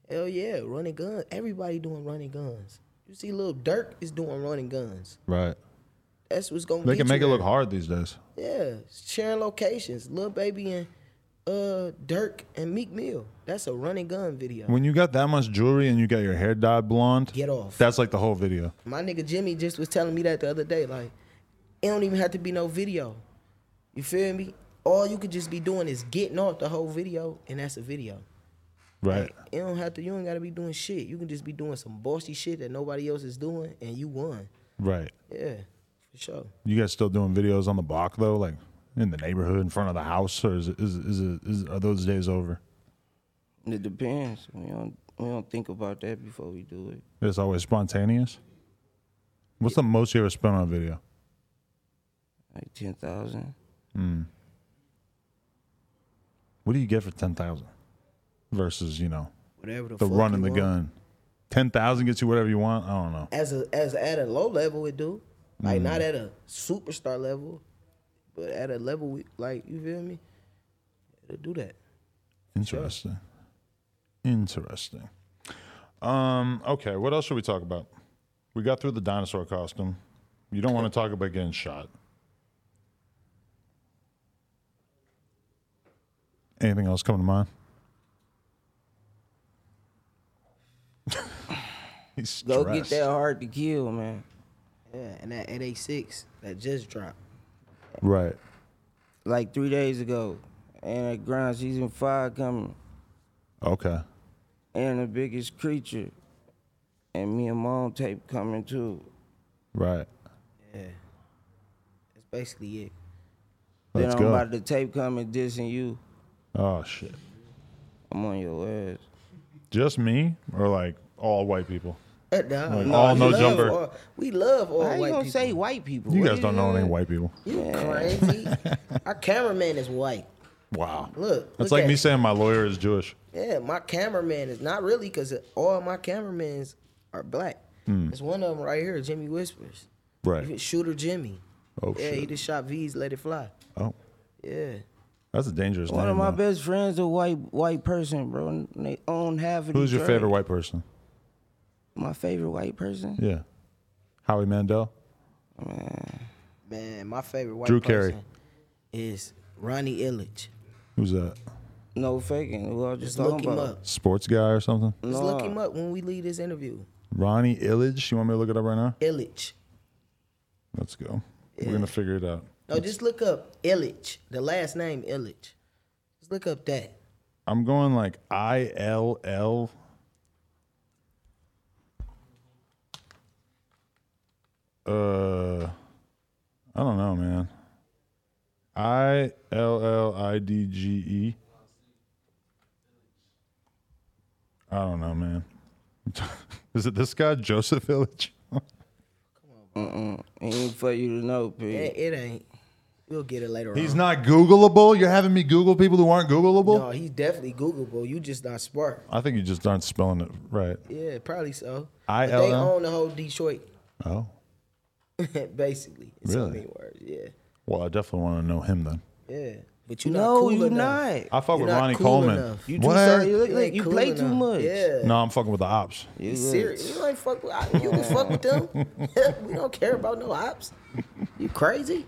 Speaker 2: Hell yeah, running guns. Everybody doing running guns. You see, little Dirk is doing running guns.
Speaker 1: Right.
Speaker 2: That's what's gonna.
Speaker 1: They
Speaker 2: get
Speaker 1: can make
Speaker 2: you
Speaker 1: it look
Speaker 2: there.
Speaker 1: hard these days.
Speaker 2: Yeah, sharing locations. Lil Baby and uh Dirk and Meek Mill. That's a running gun video.
Speaker 1: When you got that much jewelry and you got your hair dyed blonde,
Speaker 2: Get off.
Speaker 1: That's like the whole video.
Speaker 2: My nigga Jimmy just was telling me that the other day. Like, it don't even have to be no video. You feel me? All you could just be doing is getting off the whole video, and that's a video.
Speaker 1: Right.
Speaker 2: You don't have to. You ain't gotta be doing shit. You can just be doing some bossy shit that nobody else is doing, and you won.
Speaker 1: Right.
Speaker 2: Yeah, for sure.
Speaker 1: You guys still doing videos on the block though, like in the neighborhood in front of the house, or is it, is, is, it, is are those days over?
Speaker 3: it depends. We don't we don't think about that before we do it.
Speaker 1: It's always spontaneous. What's the most you ever spent on a video?
Speaker 3: Like ten thousand.
Speaker 1: What do you get for ten thousand versus you know
Speaker 2: Whatever the,
Speaker 1: the
Speaker 2: fuck
Speaker 1: run
Speaker 2: you
Speaker 1: and the
Speaker 2: want.
Speaker 1: gun? Ten thousand gets you whatever you want. I don't know.
Speaker 2: as a as at a low level it do. Like
Speaker 1: Mm-hmm.
Speaker 2: not at a superstar level, but at a level we like you feel me? It'll do that.
Speaker 1: Interesting. Interesting. Um. Okay. What else should we talk about? We got through the dinosaur costume. You don't want to talk about getting shot. Anything else coming to mind? He's
Speaker 3: Go
Speaker 1: stressed.
Speaker 3: get that hard to kill, man.
Speaker 2: Yeah, and that 886 that just dropped.
Speaker 1: Right.
Speaker 3: Like three days ago, and at Grind season five coming,
Speaker 1: Okay.
Speaker 3: and the biggest creature, and me and mom tape coming too.
Speaker 1: Right.
Speaker 2: Yeah. That's basically it.
Speaker 3: Then
Speaker 1: Let's
Speaker 3: I'm
Speaker 1: go.
Speaker 3: about to tape coming dissing you.
Speaker 1: Oh shit.
Speaker 3: I'm on your ass.
Speaker 1: Just me or like all white people?
Speaker 2: Uh, nah,
Speaker 1: Like,
Speaker 2: nah,
Speaker 1: all
Speaker 2: we
Speaker 1: no
Speaker 2: love
Speaker 1: jumper.
Speaker 2: all- we love all
Speaker 3: How you
Speaker 2: white
Speaker 3: gonna
Speaker 2: people.
Speaker 3: say white people?
Speaker 1: You
Speaker 3: What
Speaker 1: guys
Speaker 3: is
Speaker 1: don't know
Speaker 3: that?
Speaker 1: any white people.
Speaker 2: you crazy. Our cameraman is white.
Speaker 1: Wow.
Speaker 2: Look,
Speaker 1: That's
Speaker 2: look
Speaker 1: like
Speaker 2: at
Speaker 1: me
Speaker 2: it.
Speaker 1: saying my lawyer is Jewish.
Speaker 2: Yeah, my cameraman is not really because all my cameramans are black.
Speaker 1: Hmm.
Speaker 2: There's one of them right here, Jimmy Whispers. Even
Speaker 1: Right.
Speaker 2: Shooter Jimmy.
Speaker 1: Oh,
Speaker 2: yeah, he
Speaker 1: shit.
Speaker 2: just shot V's Let It Fly.
Speaker 1: Oh,
Speaker 2: Yeah.
Speaker 1: that's a dangerous
Speaker 3: One
Speaker 1: name,
Speaker 3: of my
Speaker 1: though.
Speaker 3: best friends a white white person, bro. and They own half of
Speaker 1: Who's your
Speaker 3: Detroit.
Speaker 1: favorite white person?
Speaker 3: My favorite white person?
Speaker 1: Yeah. Howie Mandel?
Speaker 2: Man, my favorite white
Speaker 1: Drew
Speaker 2: person.
Speaker 1: Carey.
Speaker 2: is Ronnie Illich.
Speaker 1: Who's that?
Speaker 3: No faking. Who I was
Speaker 2: Just
Speaker 3: just
Speaker 2: look
Speaker 3: talking
Speaker 2: him
Speaker 3: about.
Speaker 2: up.
Speaker 1: Sports guy or something?
Speaker 2: Just look
Speaker 3: Nah.
Speaker 2: him up when we leave this interview.
Speaker 1: Ronnie Illich. You want me to look it up right now?
Speaker 2: Illich.
Speaker 1: Let's go. We're gonna figure it out.
Speaker 2: No, just look up Illich. The last name Illich. Just look up that.
Speaker 1: I'm going like I L L Uh, I don't know, man. I L L I D G E. I don't know, man. Is it this guy, Joseph Village?
Speaker 3: Ain't for you to know, P.
Speaker 2: It, it ain't. We'll get it later
Speaker 1: He's
Speaker 2: on.
Speaker 1: not Googleable. You're having me Google people who aren't Googleable.
Speaker 2: No, he's definitely Googleable. You just not smart.
Speaker 1: I think you just aren't spelling it right.
Speaker 2: Yeah, probably so.
Speaker 1: I-
Speaker 2: But they
Speaker 1: LM?
Speaker 2: own the whole Detroit,
Speaker 1: Oh,
Speaker 2: basically. In so
Speaker 1: Really?
Speaker 2: many words. Yeah.
Speaker 1: well, I definitely want to know him then.
Speaker 2: Yeah. But you not
Speaker 3: No,
Speaker 2: cool
Speaker 3: you
Speaker 2: enough.
Speaker 3: not.
Speaker 1: I fuck
Speaker 2: You're
Speaker 1: with
Speaker 2: not
Speaker 1: Ronnie
Speaker 2: cool
Speaker 1: Coleman.
Speaker 2: enough.
Speaker 3: You too
Speaker 1: what?
Speaker 3: sorry. You look
Speaker 2: You
Speaker 3: like
Speaker 2: ain't
Speaker 3: you
Speaker 2: cool
Speaker 3: play too
Speaker 2: enough.
Speaker 3: much.
Speaker 2: Yeah.
Speaker 1: No, I'm fucking with the ops.
Speaker 3: You
Speaker 2: You
Speaker 3: look-
Speaker 2: serious? You ain't fuck with ops. You can fuck with them. we don't care about no ops. You crazy?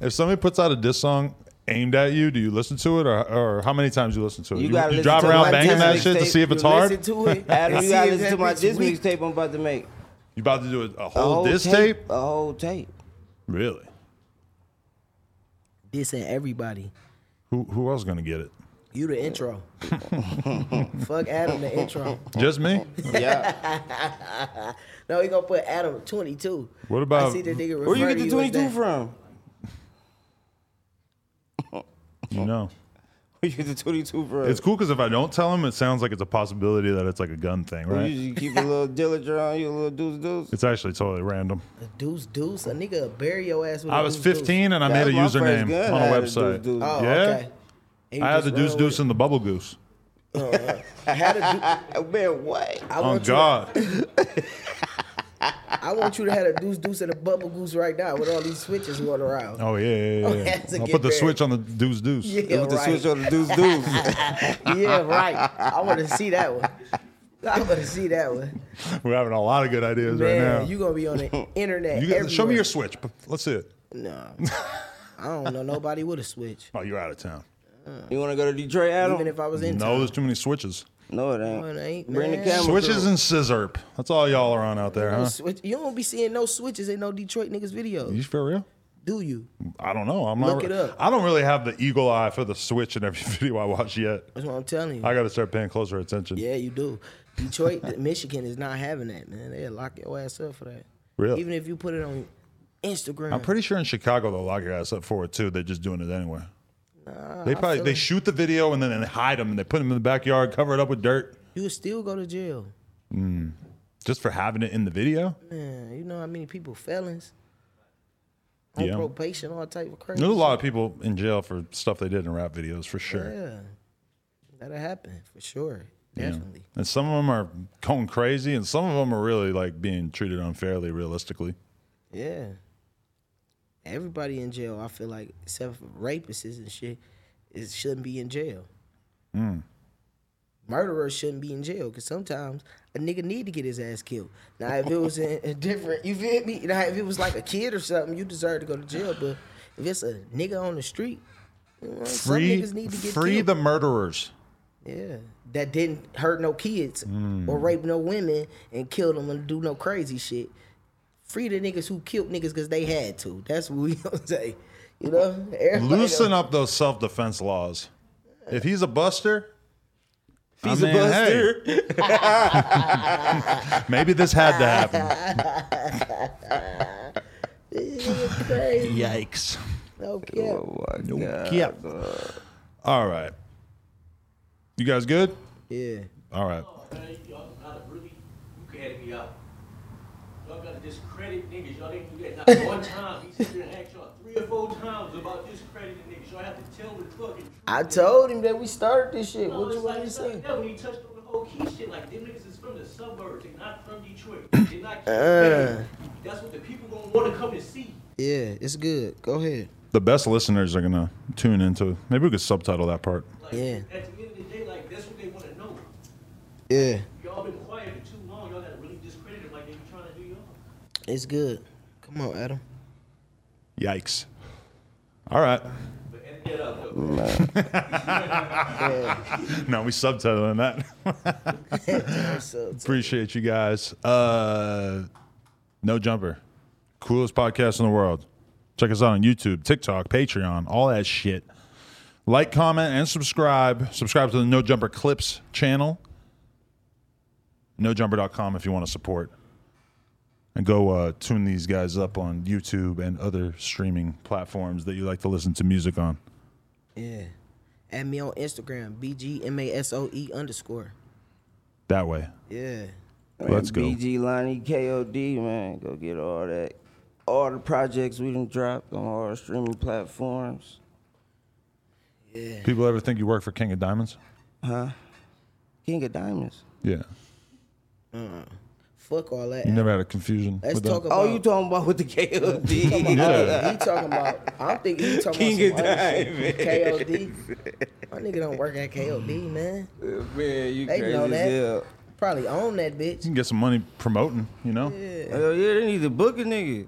Speaker 1: If somebody puts out a diss song aimed at you, do you listen to it, or, or how many times you listen to it?
Speaker 3: You gotta listen
Speaker 1: drive
Speaker 3: to
Speaker 1: around
Speaker 3: my
Speaker 1: banging
Speaker 3: diss
Speaker 1: that
Speaker 3: mixtape.
Speaker 1: shit to see if
Speaker 2: You
Speaker 1: it's hard.
Speaker 2: Listen to it.
Speaker 3: Adam,
Speaker 2: and
Speaker 3: you
Speaker 2: see
Speaker 3: gotta
Speaker 2: if
Speaker 3: listen
Speaker 2: that
Speaker 3: to my
Speaker 2: bitch
Speaker 3: this
Speaker 2: weak.
Speaker 3: mixtape I'm about to make.
Speaker 1: you about to do a, a
Speaker 3: A
Speaker 1: whole diss Oh, tape?
Speaker 3: tape, A whole tape.
Speaker 1: Really?
Speaker 2: Dissing everybody.
Speaker 1: Who who else gonna get it?
Speaker 2: You the intro. Fuck Adam the intro.
Speaker 1: Just me?
Speaker 3: Yeah.
Speaker 2: No, he gonna put Adam 22.
Speaker 1: What about-
Speaker 2: I see the nigga
Speaker 3: Where you
Speaker 2: refer
Speaker 3: get
Speaker 2: to
Speaker 3: the
Speaker 2: as
Speaker 3: 22
Speaker 2: that.
Speaker 3: from?
Speaker 1: you know,
Speaker 3: Where you get the 22 from?
Speaker 1: it's cool because if I don't tell him, it sounds like it's a possibility that it's like a gun thing,
Speaker 3: You
Speaker 1: right?
Speaker 3: usually keep a little dillager on you, a little deuce deuce.
Speaker 1: It's actually totally random.
Speaker 2: A Deuce Deuce. A nigga bury your ass with a
Speaker 1: I was
Speaker 2: deuce, deuce.
Speaker 1: 15 and I
Speaker 3: That
Speaker 1: made a
Speaker 3: was my first
Speaker 1: username
Speaker 3: gun.
Speaker 1: on
Speaker 3: I
Speaker 1: a
Speaker 3: had a deuce-deuce.
Speaker 1: website.
Speaker 2: Oh,
Speaker 1: Yeah.
Speaker 2: okay. And you
Speaker 1: I had
Speaker 2: just
Speaker 1: the deuce
Speaker 2: run with
Speaker 1: deuce and the bubble goose.
Speaker 2: it. I had a deuce.
Speaker 3: Oh, man, what?
Speaker 2: I
Speaker 1: Oh
Speaker 2: want, you
Speaker 1: God!
Speaker 2: to, I want you to have a deuce deuce and a bubble goose right now with all these switches going around.
Speaker 1: Oh yeah, yeah, yeah.
Speaker 2: Oh,
Speaker 1: yeah.
Speaker 2: that's a
Speaker 1: I'll
Speaker 2: good
Speaker 1: put the
Speaker 2: band.
Speaker 1: switch on the deuce deuce.
Speaker 2: Yeah,
Speaker 3: With the
Speaker 2: right.
Speaker 3: switch on the deuce deuce.
Speaker 2: yeah, right. I want to see that one. I want to see that one.
Speaker 1: We're having a lot of good ideas
Speaker 2: Man,
Speaker 1: right now.
Speaker 2: you gonna be on the internet.
Speaker 1: You got, show me
Speaker 2: everywhere.
Speaker 1: your switch. p- Let's see it.
Speaker 2: No, I don't know nobody with a switch.
Speaker 1: Oh, you're out of town.
Speaker 3: you want to go to Detroit,
Speaker 2: Even
Speaker 3: Adam?
Speaker 2: if I was in
Speaker 1: No,
Speaker 2: town.
Speaker 1: there's too many switches.
Speaker 3: No, it ain't.
Speaker 2: No, it ain't,
Speaker 3: Bring
Speaker 2: man.
Speaker 3: the camera.
Speaker 1: Switches
Speaker 3: crew.
Speaker 1: and scissorp. That's all y'all are on out there,
Speaker 2: No
Speaker 1: huh?
Speaker 2: switch. You don't be seeing no switches in no Detroit niggas
Speaker 1: You
Speaker 2: videos,
Speaker 1: for real?
Speaker 2: do you?
Speaker 1: I don't know. I'm not.
Speaker 2: Look it up.
Speaker 1: I don't really have the eagle eye for the switch in every video I watch yet.
Speaker 2: That's what I'm telling you.
Speaker 1: I got to start paying closer attention.
Speaker 2: yeah, you do. Detroit, Michigan is not having that, man. They'll lock your ass up for that.
Speaker 1: Really?
Speaker 2: Even if you put it on Instagram.
Speaker 1: I'm pretty sure in Chicago they'll lock your ass up for it too. They're just doing it anyway. they probably
Speaker 2: feel
Speaker 1: they
Speaker 2: it.
Speaker 1: shoot the video and then they hide them and they put them in the backyard, cover it up with dirt,
Speaker 2: You would still go to jail.
Speaker 1: just for having it in the video.
Speaker 2: Man, you know how many people felons on
Speaker 1: Yeah.
Speaker 2: probation, all type of crazy.
Speaker 1: There's a lot of people in jail for stuff they did in rap videos for
Speaker 2: shit.
Speaker 1: sure.
Speaker 2: Yeah, that'll happen for sure. Definitely.
Speaker 1: And some of them are going crazy, and some of them are really like being treated unfairly, realistically.
Speaker 2: Yeah. Everybody in jail, I feel like, except for rapists and shit, is shouldn't be in jail.
Speaker 1: Mm.
Speaker 2: Murderers shouldn't be in jail because sometimes a nigga need to get his ass killed. Now, if it was in a different, you feel me? Now, if it was like a kid or something, you deserve to go to jail. But if it's a nigga on the street, you know, some
Speaker 1: Free,
Speaker 2: niggas need to get
Speaker 1: free
Speaker 2: killed.
Speaker 1: the murderers.
Speaker 2: Yeah, that didn't hurt no kids
Speaker 1: Mm.
Speaker 2: or rape no women and kill them and do no crazy shit. Free the niggas who killed niggas because they had to. That's what we gonna say. You know, Everybody
Speaker 1: Loosen
Speaker 2: don't-
Speaker 1: up those self defense laws. If he's a buster, I
Speaker 3: He's a
Speaker 1: mean, hey,
Speaker 3: buster.
Speaker 1: maybe this had to happen.
Speaker 2: Nigga crazy.
Speaker 1: Yikes.
Speaker 2: Okay.
Speaker 3: Oh, my God.
Speaker 1: Yeah. All right. You guys good?
Speaker 2: Yeah.
Speaker 1: All right.
Speaker 5: Man, y'all gotta really, you can help me out. Y'all gotta discredit niggas. Y'all didn't do that not one time. He said to ask y'all three or four times about discrediting niggas. Y'all have to tell the fucking truth.
Speaker 2: I told him that we started this shit.
Speaker 5: No,
Speaker 2: What you
Speaker 5: it's like-
Speaker 2: want me to
Speaker 5: it's like
Speaker 2: say?
Speaker 5: that when he touched on the whole key shit, like them niggas is from the suburbs, they not from Detroit. They not Detroit. That's what the people gonna wanna come to see.
Speaker 2: Yeah, it's good. Go ahead.
Speaker 1: The best listeners are going to tune into. Maybe we could subtitle that part.
Speaker 5: Like,
Speaker 2: Yeah.
Speaker 5: At the end of the day, like that's what they wanna know.
Speaker 2: Yeah,
Speaker 5: Y'all been quiet for too long. Y'all gotta really discredit them, like they be trying to do y'all.
Speaker 2: it's good. Come on, Adam.
Speaker 1: Yikes. All right.
Speaker 5: But edit that up, though.
Speaker 1: No, we subtitling that.
Speaker 2: So,
Speaker 1: Appreciate you guys. Uh, no jumper. Coolest podcast in the world. Check us out on YouTube, TikTok, Patreon, all that shit. Like, comment, and subscribe. Subscribe to the No Jumper Clips channel. NoJumper.com if you want to support. And go uh, tune these guys up on YouTube and other streaming platforms that you like to listen to music on.
Speaker 2: yeah. Add me on Instagram, BGMASOE E underscore.
Speaker 1: That way.
Speaker 2: Yeah.
Speaker 1: Let's go.
Speaker 3: BG Lonnie KOD, man. Go get all that. All the projects we done dropped on all the streaming platforms.
Speaker 1: People ever think you work for King of Diamonds?
Speaker 3: King of Diamonds.
Speaker 1: Yeah.
Speaker 2: Fuck all that.
Speaker 1: You never had a confusion.
Speaker 2: Let's
Speaker 1: with that?
Speaker 2: talk about.
Speaker 3: Oh, you talking about with the KOD?
Speaker 2: Oh, He talking about. I'm thinking he talking
Speaker 3: King of
Speaker 2: about some other shit. KOD. My nigga don't work at KOD, man.
Speaker 3: man, you
Speaker 2: They
Speaker 3: crazy
Speaker 2: know
Speaker 3: as
Speaker 2: that.
Speaker 3: hell.
Speaker 2: Probably own that
Speaker 1: You
Speaker 2: bitch.
Speaker 1: can get some money promoting, you know?
Speaker 3: Hell yeah, they need to book a nigga.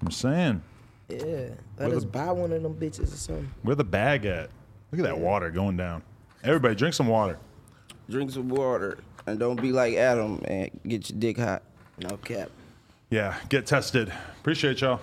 Speaker 1: I'm saying.
Speaker 2: Yeah. Let us buy one of them bitches or something.
Speaker 1: Where the bag at? Look at that water going down. Everybody drink some water.
Speaker 3: Drink some water and don't be like Adam and get your dick hot.
Speaker 2: No cap.
Speaker 1: Yeah, get tested. Appreciate y'all.